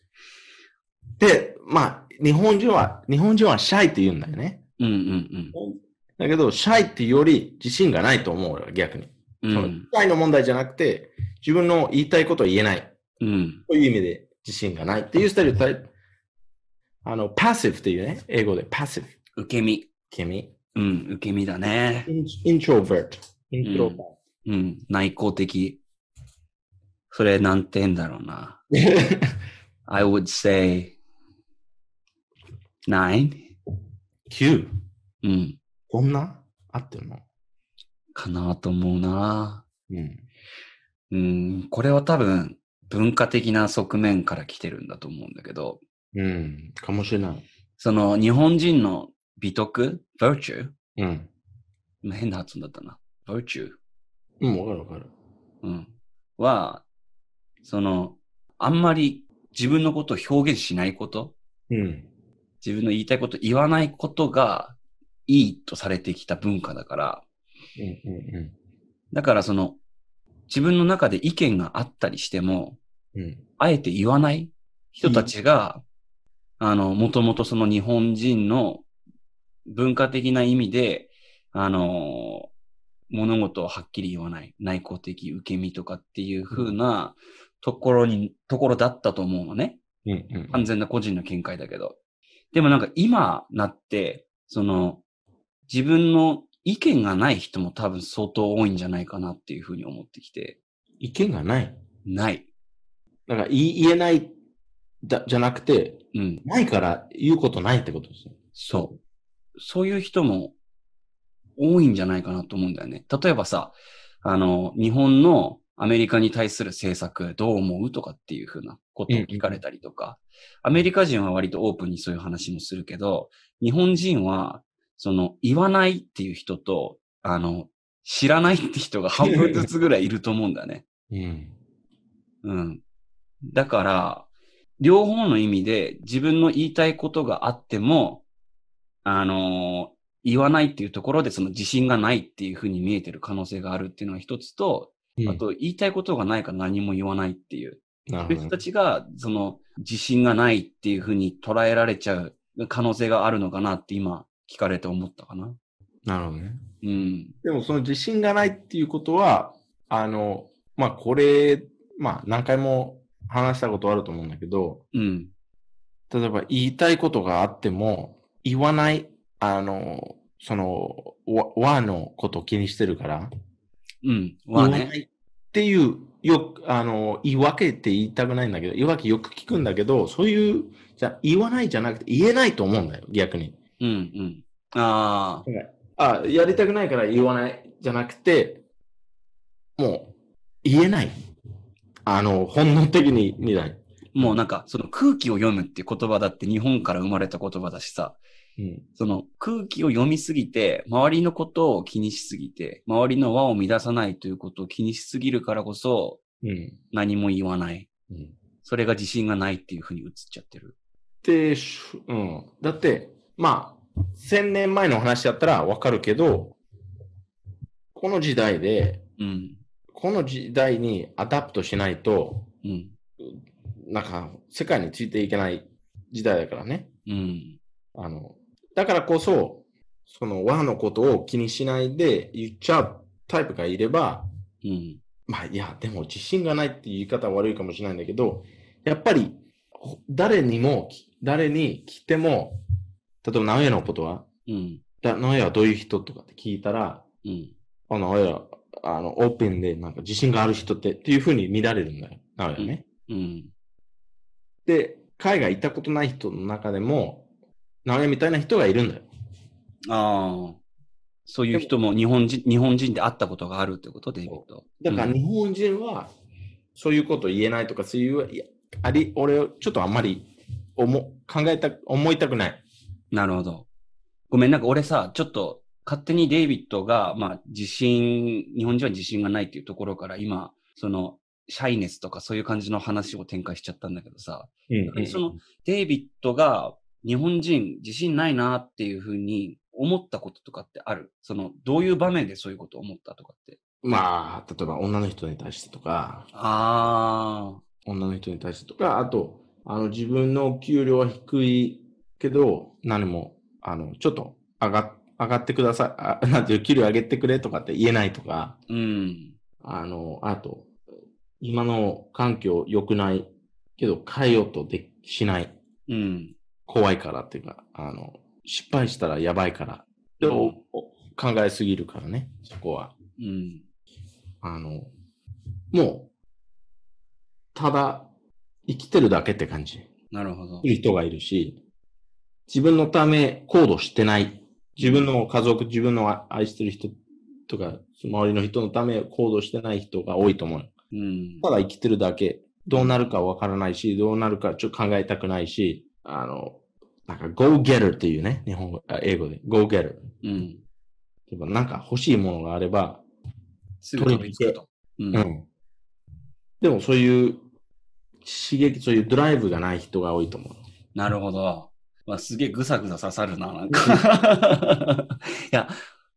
S3: で、まあ、日本人は、日本人はシャイって言うんだよね。
S2: うんうん
S3: だけど、シャイってより自信がないと思う、俺は逆に。
S2: う
S3: そ
S2: ん。う
S3: のシ
S2: ん。
S3: ャイの問題じゃなくて、自分の言いたいことを言えない。
S2: うん。
S3: という意味で自信がないっていうスタイルタイプ。あの、パッシブっていうね、英語でパッシブ。
S2: 受け身。
S3: 君。
S2: うん。受け身だね。
S3: イントロバート。イントロバ
S2: うん、内向的。それなんて言うんだろうな。
S3: ート。
S2: I would say nine?
S3: 9。
S2: うん。
S3: こんな合ってるの
S2: かなと思うな。
S3: うん。
S2: うん、これは多分文化的な側面から来てるんだと思うんだけど、
S3: うん。かもしれない。
S2: その日本人の美徳 ?virtue?
S3: うん。
S2: 今変な発音だったな。virtue?
S3: うん、わかるわかる。
S2: うん。は、その、あんまり自分のことを表現しないこと、
S3: うん。
S2: 自分の言いたいこと言わないことがいいとされてきた文化だから、
S3: うんう
S2: だからその、自分の中で意見があったりしても、
S3: んうん。うん。
S2: あえて言わない人たちが、あの、もともとその日本人の文化的な意味で、あの、物事をはっきり言わない、内向的受け身とかっていう風なところに、ところだったと思うのね。
S3: うんうん
S2: 完全な個人の見解だけど。でもなんか今なって、その、自分の意見がない人も多分相当多いんじゃないかなっていうふうに思ってきて、
S3: 意見がない。
S2: ない。
S3: なんか言い言えないだじゃなくて、
S2: うん、
S3: ないから言うことないってことですね。
S2: そう。そういう人も多いんじゃないかなと思うんだよね。例えばさ、あの、日本のアメリカに対する政策どう思うとかっていうふうなことを聞かれたりとか、アメリカ人は割とオープンにそういう話もするけど、日本人は、その、言わないっていう人と、あの、知らないって人が半分ずつぐらいいると思うんだよね。
S3: うん。
S2: うん。だから、両方の意味で自分の言いたいことがあっても、あのー言わないっていうところでその自信がないっていうふうに見えてる可能性があるっていうのが一つと、あと言いたいことがないから何も言わないっていう。
S3: な
S2: そうい
S3: る
S2: う
S3: ほ
S2: 人
S3: ど
S2: た。ちが、その自信がないっていうふうに捉えられちゃう可能性があるのかなって今聞かれて思ったかな。
S3: なるほどね。
S2: うん。
S3: でもその自信がないっていうことは、あの、まあこれ、まあ何回も話したことあると思うんだけど、
S2: うん。
S3: 例えば言いたいことがあっても、言わない、あの、その、わ和のことを気にしてるから、
S2: うん。は
S3: 言わ
S2: ね。
S3: ないっていう、よく、あの、言い訳って言いたくないんだけど、言い訳よく聞くんだけど、そういう、じゃ言わないじゃなくて言えないと思うんだよ、逆に。
S2: うんうん。ああ。
S3: あ、やりたくないから言わないじゃなくて、もう、言えない。あの、本能的に見ない。
S2: もうなんか、その空気を読むっていう言葉だって日本から生まれた言葉だしさ、
S3: うん。
S2: その空気を読みすぎて、周りのことを気にしすぎて、周りの輪を乱さないということを気にしすぎるからこそ、
S3: うん。
S2: 何も言わない。
S3: うん
S2: それが自信がないっていうふうに映っちゃってる。
S3: で、しゅうん。だって、まあ、千年前の話だったらわかるけど、この時代で、
S2: うん。
S3: この時代にアダプトしないと、
S2: うん。
S3: なんか、世界についていけない時代だからね。
S2: うん。
S3: あの、だからこそ、その和のことを気にしないで言っちゃうタイプがいれば、
S2: うん。
S3: まあ、いや、でも自信がないっていう言い方は悪いかもしれないんだけど、やっぱり、ほ誰にも、き誰に聞いても、例えば、直江のことは、
S2: うん。
S3: だ直江はどういう人とかって聞いたら、
S2: うん。
S3: あ直江は、あの、オープンで、なんか自信がある人って、っていうふうに見られるんだよ、直江はね。
S2: うん。
S3: で、海外行ったことない人の中でも、直江みたいな人がいるんだよ。
S2: ああ。そういう人も日本人、日本人で会ったことがあるってことで、デイビッド
S3: だから、日本人は、そういうこと言えないとか、そういう、いやあり、俺、ちょっとあんまり、思、考えた、思いたくない。
S2: なるほど。ごめん、なんか俺さ、ちょっと勝手にデイビッドが、まあ、自信、日本人は自信がないっていうところから今、その、シャイネスとかそういう感じの話を展開しちゃったんだけどさ、
S3: うん
S2: その、デイビッドが日本人自信ないなっていうふうに思ったこととかってあるその、どういう場面でそういうことを思ったとかって。
S3: まあ、例えば女の人に対してとか、
S2: あ
S3: 女の人に対してとか、あと、あの、自分の給料は低いけど、何も、あの、ちょっと上が上がってください、あなん ていう、給料上げてくれとかって言えないとか、
S2: ー、うん、
S3: あの、あと、今の環境良くないけど、変えようとでしない。
S2: うん、
S3: 怖いからっていうか、あの、失敗したらやばいから。でも、考えすぎるからね、そこは。
S2: うん、
S3: あの、もう、ただ、生きてるだけって感じ。
S2: なるほど。
S3: いる人がいるし、自分のため行動してない。自分の家族、自分の愛愛してる人とか、周りの人のため行動してない人が多いと思う。
S2: うん、
S3: ただ生きてるだけ。どうなるかわからないし、どうなるかちょっと考えたくないし、あの、なんか go getter っていうね、日本語、あ英語で go getter。
S2: うん。
S3: 例えばなんか欲しいものがあれば、
S2: すぐ飛びつくと。う、
S3: うんん。でもそういう刺激、そういうドライブがない人が多いと思う。
S2: なるほど。まあ、すげえぐさぐさ刺さるな、なんか。いや、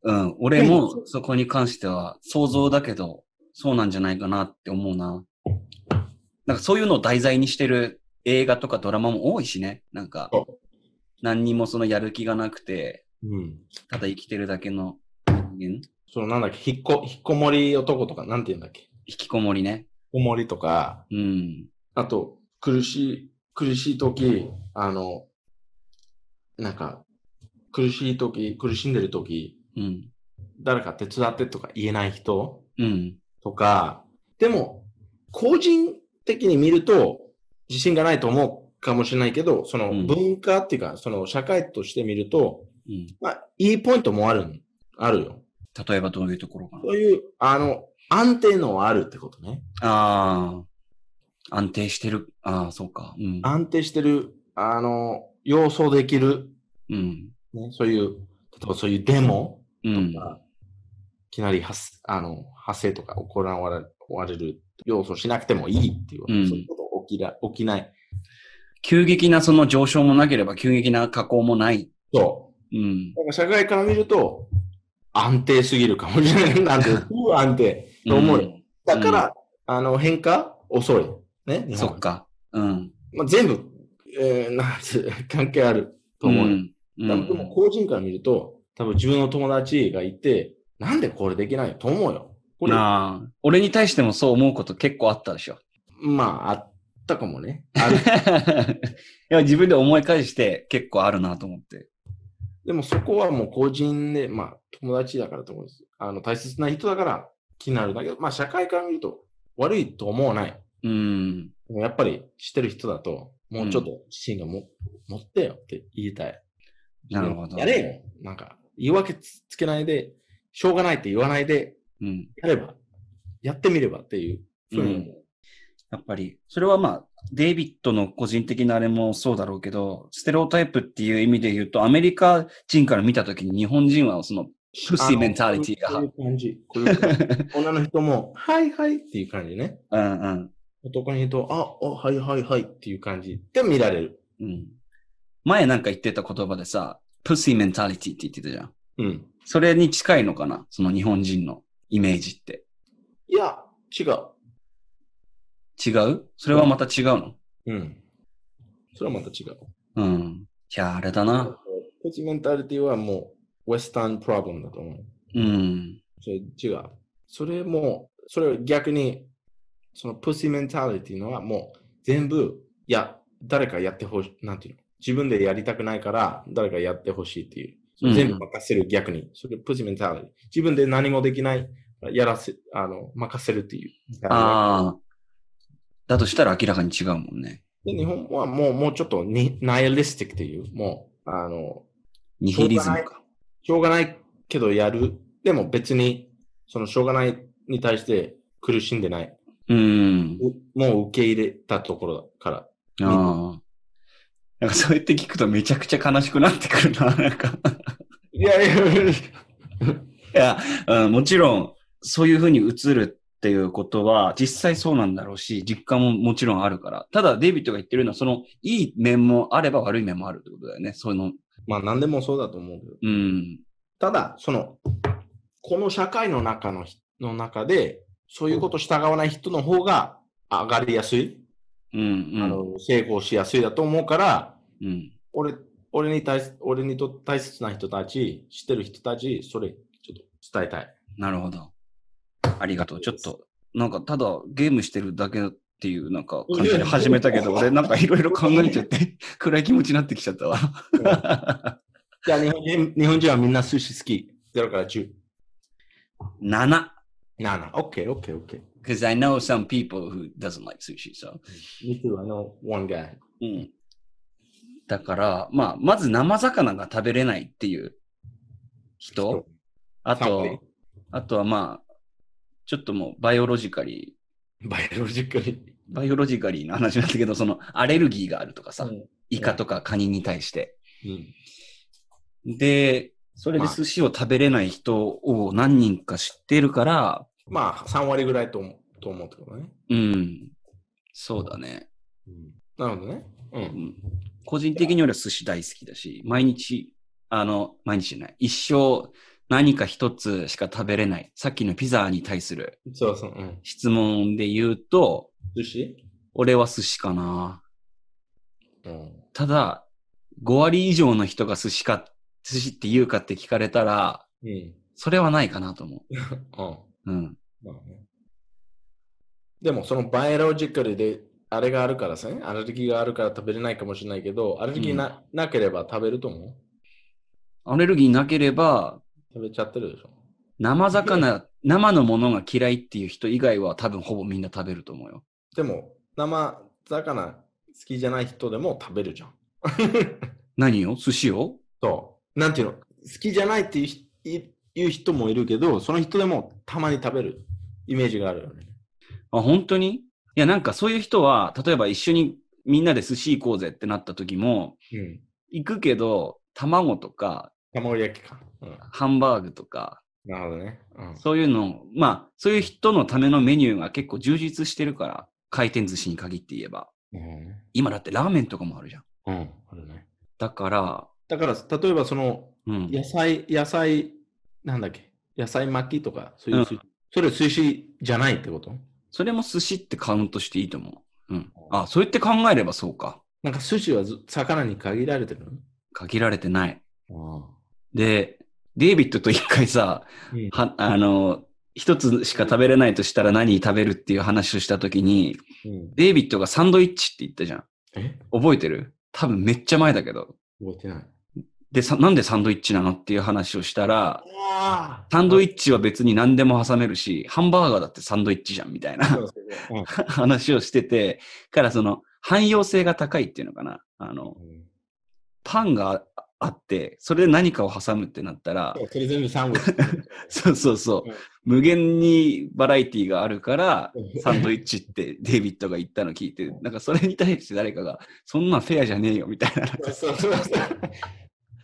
S2: うん、俺もそこに関しては想像だけど、そうなんじゃないかなって思うな。なんかそういうのを題材にしてる映画とかドラマも多いしね。なんか
S3: そ、
S2: 何にもそのやる気がなくて、
S3: うん。
S2: ただ生きてるだけの人間、引
S3: そのなんだっけ、引っこ、引っこもり男とか、なんて言うんだっけ。引っ
S2: きこもりね。
S3: こもりとか、
S2: うん。
S3: あと、苦しい、苦しい時、あの、なんか、苦しい時、苦しんでる時、
S2: うん。
S3: 誰か手伝ってとか言えない人
S2: うん。
S3: とか、でも、個人的に見ると、自信がないと思うかもしれないけど、その
S2: うん
S3: 文化っていうか、その社会として見ると、
S2: うん。
S3: まあ、いいポイントもある、あるよ。
S2: 例えばどういうところかな
S3: そういう、あの、安定のはあるってことね。
S2: ああ、安定してる。ああ、そうか。うん。
S3: 安定してる、あの、要素できる、
S2: うん。
S3: ね、そういう、例えばそういうデモ
S2: うん。
S3: が、いきなり発、あの、発生とか行われわれる要素しなくてもいいっていう、
S2: うん
S3: そういうこと起きら起きない。
S2: 急激なその上昇もなければ、急激な下降もない。
S3: そう。
S2: うん。
S3: なんか社会から見ると、安定すぎるかもしれな い。なんて、不安定と思うよ。
S2: ん
S3: だから、あの、変化遅い。ね。日本
S2: そっか。うん。
S3: まあ、全部、えー、なんて、関係あると思う。
S2: ん。う
S3: 多分でも
S2: ん。
S3: 個人から見ると、多分自分の友達がいて、なんでこれできないのと思うよ。これ、ま
S2: なあ、俺に対してもそう思うこと結構あったでしょ。
S3: あ、あったかもね。ある
S2: いや自分で思い返して結構あるなと思って。
S3: でもそこはもう個人で、まあ、友達だからと思うんです。あの、大切な人だから気になるんだけど、まあ、社会から見ると悪いと思わない。
S2: うん。
S3: でもやっぱり知ってる人だと、もうちょっと自信がも、持ってよって言いたい。
S2: なるほど。
S3: やれよ。なんか、言い訳つつけないで、しょうがないって言わないで、
S2: うん。
S3: やれば、やってみればっていう。そういうのも
S2: やっぱり、それはまあ、デイビッドの個人的なあれもそうだろうけど、ステレオタイプっていう意味で言うと、アメリカ人から見たときに日本人はその、プッシーメンタリティが
S3: あのこういう感じ。こうい う感じ女の人も、はいはいっていう感じね。
S2: うんうん、
S3: 男の人、あ、あ、はいはいはいっていう感じで見られる。
S2: うん。前なんか言ってた言葉でさ、プッシーメンタリティって言ってたじゃん。
S3: うん。
S2: それに近いのかなその日本人のイメージって。
S3: いや、違う。
S2: 違うそれはまた違うの
S3: うん。それはまた違う。
S2: うん。いや、あれだな。
S3: ポジメンタリティはもう、ウェスタンプロブレムだと思う。
S2: うん。
S3: それ違う。それも、それは逆に、そのプシメンタリティのはもう全部、いや、誰かやってほしい、なんていうの自分でやりたくないから、誰かやってほしいっていう。それ全部任せる逆に。それプシメンタリティ。自分で何もできない、やらせ、あの、任せるっていう。
S2: ああ。だとしたら明らかに違うもんね。
S3: で日本はもう、もうちょっとに、ナイアリスティックっていう、もう、あの、
S2: ニ
S3: しょ
S2: ヒ
S3: う
S2: リ
S3: が
S2: ズ
S3: な
S2: ム
S3: い
S2: か。
S3: しょうがないけどやる。でも別に、そのしょうがないに対して苦しんでない。
S2: うん。
S3: うもう受け入れたところだから。
S2: ああ。なんかそうやって聞くとめちゃくちゃ悲しくなってくるな、なんか。
S3: いやいやいや。
S2: いや、うん、もちろん、そういうふうに映るっていうことは、実際そうなんだろうし、実感ももちろんあるから。ただ、デイビッドが言ってるのは、その、いい面もあれば悪い面もあるってことだよね。その、
S3: まあ何でもそうだと思うけど。
S2: うん、
S3: ただ、その、この社会の中のひ、の中で、そういうこと従わない人の方が上がりやすい、
S2: うん、うん。
S3: あの、成功しやすいだと思うから、
S2: うん。
S3: 俺、俺に大切、俺にとって大切な人たち、知ってる人たち、それ、ちょっと伝えたい。
S2: なるほど。ありがとう。ちょっと、なんか、ただゲームしてるだけっていう、なんか、感じで始めたけど、俺なんかいろいろ考えちゃって、暗い気持ちになってきちゃったわ。
S3: じゃあ日本人、日本人はみんな寿司好き。0から10。
S2: 7!
S3: 7。OK, OK, OK.
S2: Because I know some people who doesn't like sushi, so.
S3: Me too, I know one guy.
S2: うん。だから、まあ、まず生魚が食べれないっていう人
S3: 人
S2: あ
S3: 寒い
S2: と、あとはまあ、ちょっともうバイオロジカリ
S3: バイオロジカル。
S2: ー、バイオロジカリーの話なんだけど、そのアレルギーがあるとかさ、
S3: うん
S2: イカとかカニに対して。
S3: うん。
S2: で、それで
S3: まあ
S2: 寿司を食べれない人を何人か知ってるから、
S3: まあ、3割ぐらいと思うと思うってことね。
S2: うん。そうだね。
S3: なるほどね。う。
S2: うんん個人的に俺は寿司大好きだし、毎日、あの、毎日じゃない。一生何か一つしか食べれない。さっきのピザに対する
S3: そうそう。うん。
S2: 質問で言うと、
S3: 寿司
S2: 俺は寿司かな。
S3: うん。
S2: ただ、5割以上の人が寿司か、寿司って言うかって聞かれたら、
S3: うん。
S2: それはないかなと思
S3: うん。
S2: う。うん。
S3: まあね。でも、そのバイオロジカルで、あれがあるからさ、アレルギーがあるから食べれないかもしれないけど、アレルギーな,、なければ食べると思う
S2: アレルギーなければ、
S3: 食べちゃってるでしょ。
S2: 生魚、生のものが嫌いっていう人以外は多分ほぼみんな食べると思うよ。
S3: でも、生魚好きじゃない人でも食べるじゃん。
S2: 何を寿司を
S3: そう。なんていうの好きじゃないっていうひいいう人もいるけど、その人でもたまに食べるイメージがあるよね。
S2: あ、本当にいや、なんかそういう人は、例えば一緒にみんなで寿司行こうぜってなった時も、
S3: うん。
S2: 行くけど、卵とか、
S3: 卵焼きか。うん。
S2: ハンバーグとか、
S3: なるほどね。うん。
S2: そういうの、まあ、そういう人のためのメニューが結構充実してるから、回転寿司に限って言えば。
S3: なるほどね。
S2: 今だってラーメンとかもあるじゃん。
S3: うん。あるね。
S2: だから、
S3: だから、例えばその、
S2: うん。
S3: 野菜、野菜、なんだっけ野菜巻きとか、そういう、
S2: うん
S3: それ寿司じゃないってこと
S2: それも寿司ってカウントしていいと思う。うん。あ、そうやって考えればそうか。
S3: なんか寿司はず魚に限られてる
S2: 限られてない。
S3: あ
S2: で、デイビッドと一回さ、
S3: うん
S2: は、あの、一つしか食べれないとしたら何食べるっていう話をしたときに、
S3: うん、
S2: デイビッドがサンドイッチって言ったじゃん。
S3: え
S2: 覚えてる多分めっちゃ前だけど。
S3: 覚えてない。
S2: で、さ、なんでサンドイッチなのっていう話をしたら、
S3: あ
S2: サンドイ
S3: ッ
S2: ッチは別に何でも挟めるし、ハンバーガーだってサンドイッチじゃんみたいな話をしてて、からその汎用性が高いっていうのかな。あの、パンがああって、それで何かを挟むってなったら、
S3: それ全部サンドイッ
S2: そうそうそう。無限にバラエティがあるから、
S3: チ。
S2: サンドイッチってデイビッドが言ったの聞いて、なんかそれに対して誰かが、そんなんフェアじゃねえよみたいな。
S3: そうそうそう。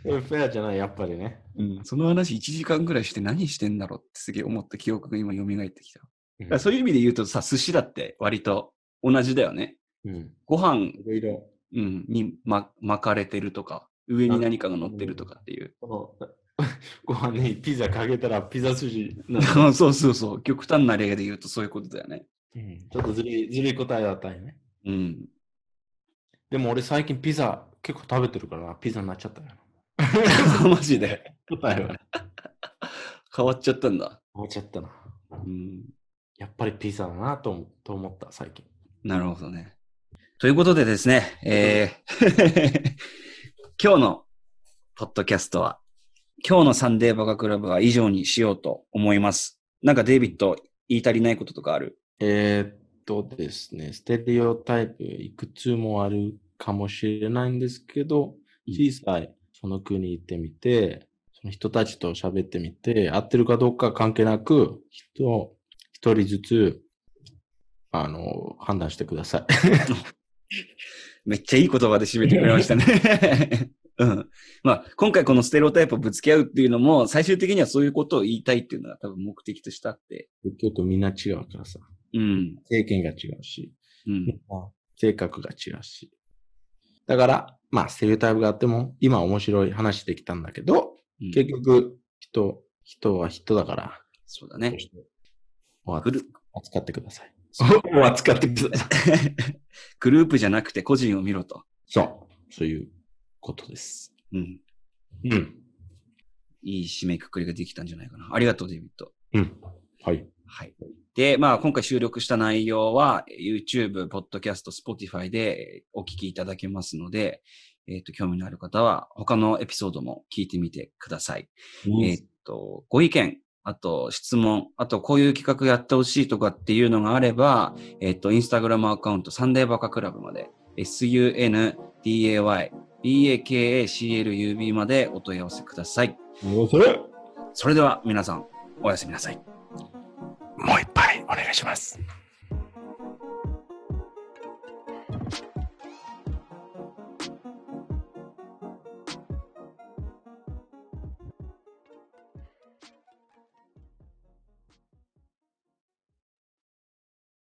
S3: フェアじゃない、やっぱりね。
S2: うん、その話1時間ぐらいして何してんだろうってすげえ思った記憶が今蘇ってきた。だからそういう意味で言うとさ、寿司だって割と同じだよね。
S3: うん。
S2: ご飯、
S3: いろいろ、
S2: うん、に、ま、巻かれてるとか、上に何かが乗ってるとかっていう。
S3: この、 ご飯にピザかけたらピザ筋な
S2: そうそうそう。極端な例で言うとそういうことだよね。
S3: うんちょっとずるい、ずるい答えだったんよね。
S2: うん。
S3: でも俺最近ピザ結構食べてるから、ピザになっちゃったよ。
S2: マジで。
S3: 答えは。
S2: 変わっちゃったんだ。
S3: 思っちゃったな。
S2: うん。
S3: やっぱりピザだなと思と思った、最近。
S2: なるほどね。ということでですね、えー 今日のポッドキャストは、今日のサンデーバカクラブは以上にしようと思います。なんかデイビッド言い足りないこととかある
S3: えーっとですね、ステレオタイプいくつもあるかもしれないんですけど、
S2: うん
S3: 小さいその国行ってみて、その人たちと喋ってみて、合ってるかどうか関係なく、人、一人ずつ、あの、判断してください。
S2: めっちゃいい言葉で締めてくれましたね。 うん。まあ、今回このステレオタイプをぶつけ合うっていうのも、最終的にはそういうことを言いたいっていうのが多分目的としてあって。
S3: 結局みんな違うからさ、
S2: うん。
S3: 経験が違うし、
S2: うん。
S3: 性格が違うし。だから、まあ、ステレオタイプがあっても、今面白い話できたんだけど、
S2: うん
S3: 結局、人、人は人だから、
S2: そうだね。
S3: お
S2: グル
S3: 扱ってください。 お扱ってください。
S2: グループじゃなくて個人を見ろと。
S3: そう。そういうことです。
S2: うん。
S3: うん。
S2: いい締めくくりができたんじゃないかな。ありがとう、デイビッド。
S3: うん。はい。
S2: はい。で、まあ、今回収録した内容は、えー YouTube、Podcast、Spotify でえーお聞きいただけますので、えっ、と、興味のある方は、他のエピソードも聞いてみてください。えっ、と、ご意見、あと、質問、あと、こういう企画やってほしいとかっていうのがあれば、えっ、と、Instagram アカウント、サンデーバカクラブまで、sunday, bakaclub までお問い合わせください。
S3: もうそれ
S2: それでは、皆さん、おやすみなさい。
S3: もう一杯お願いします。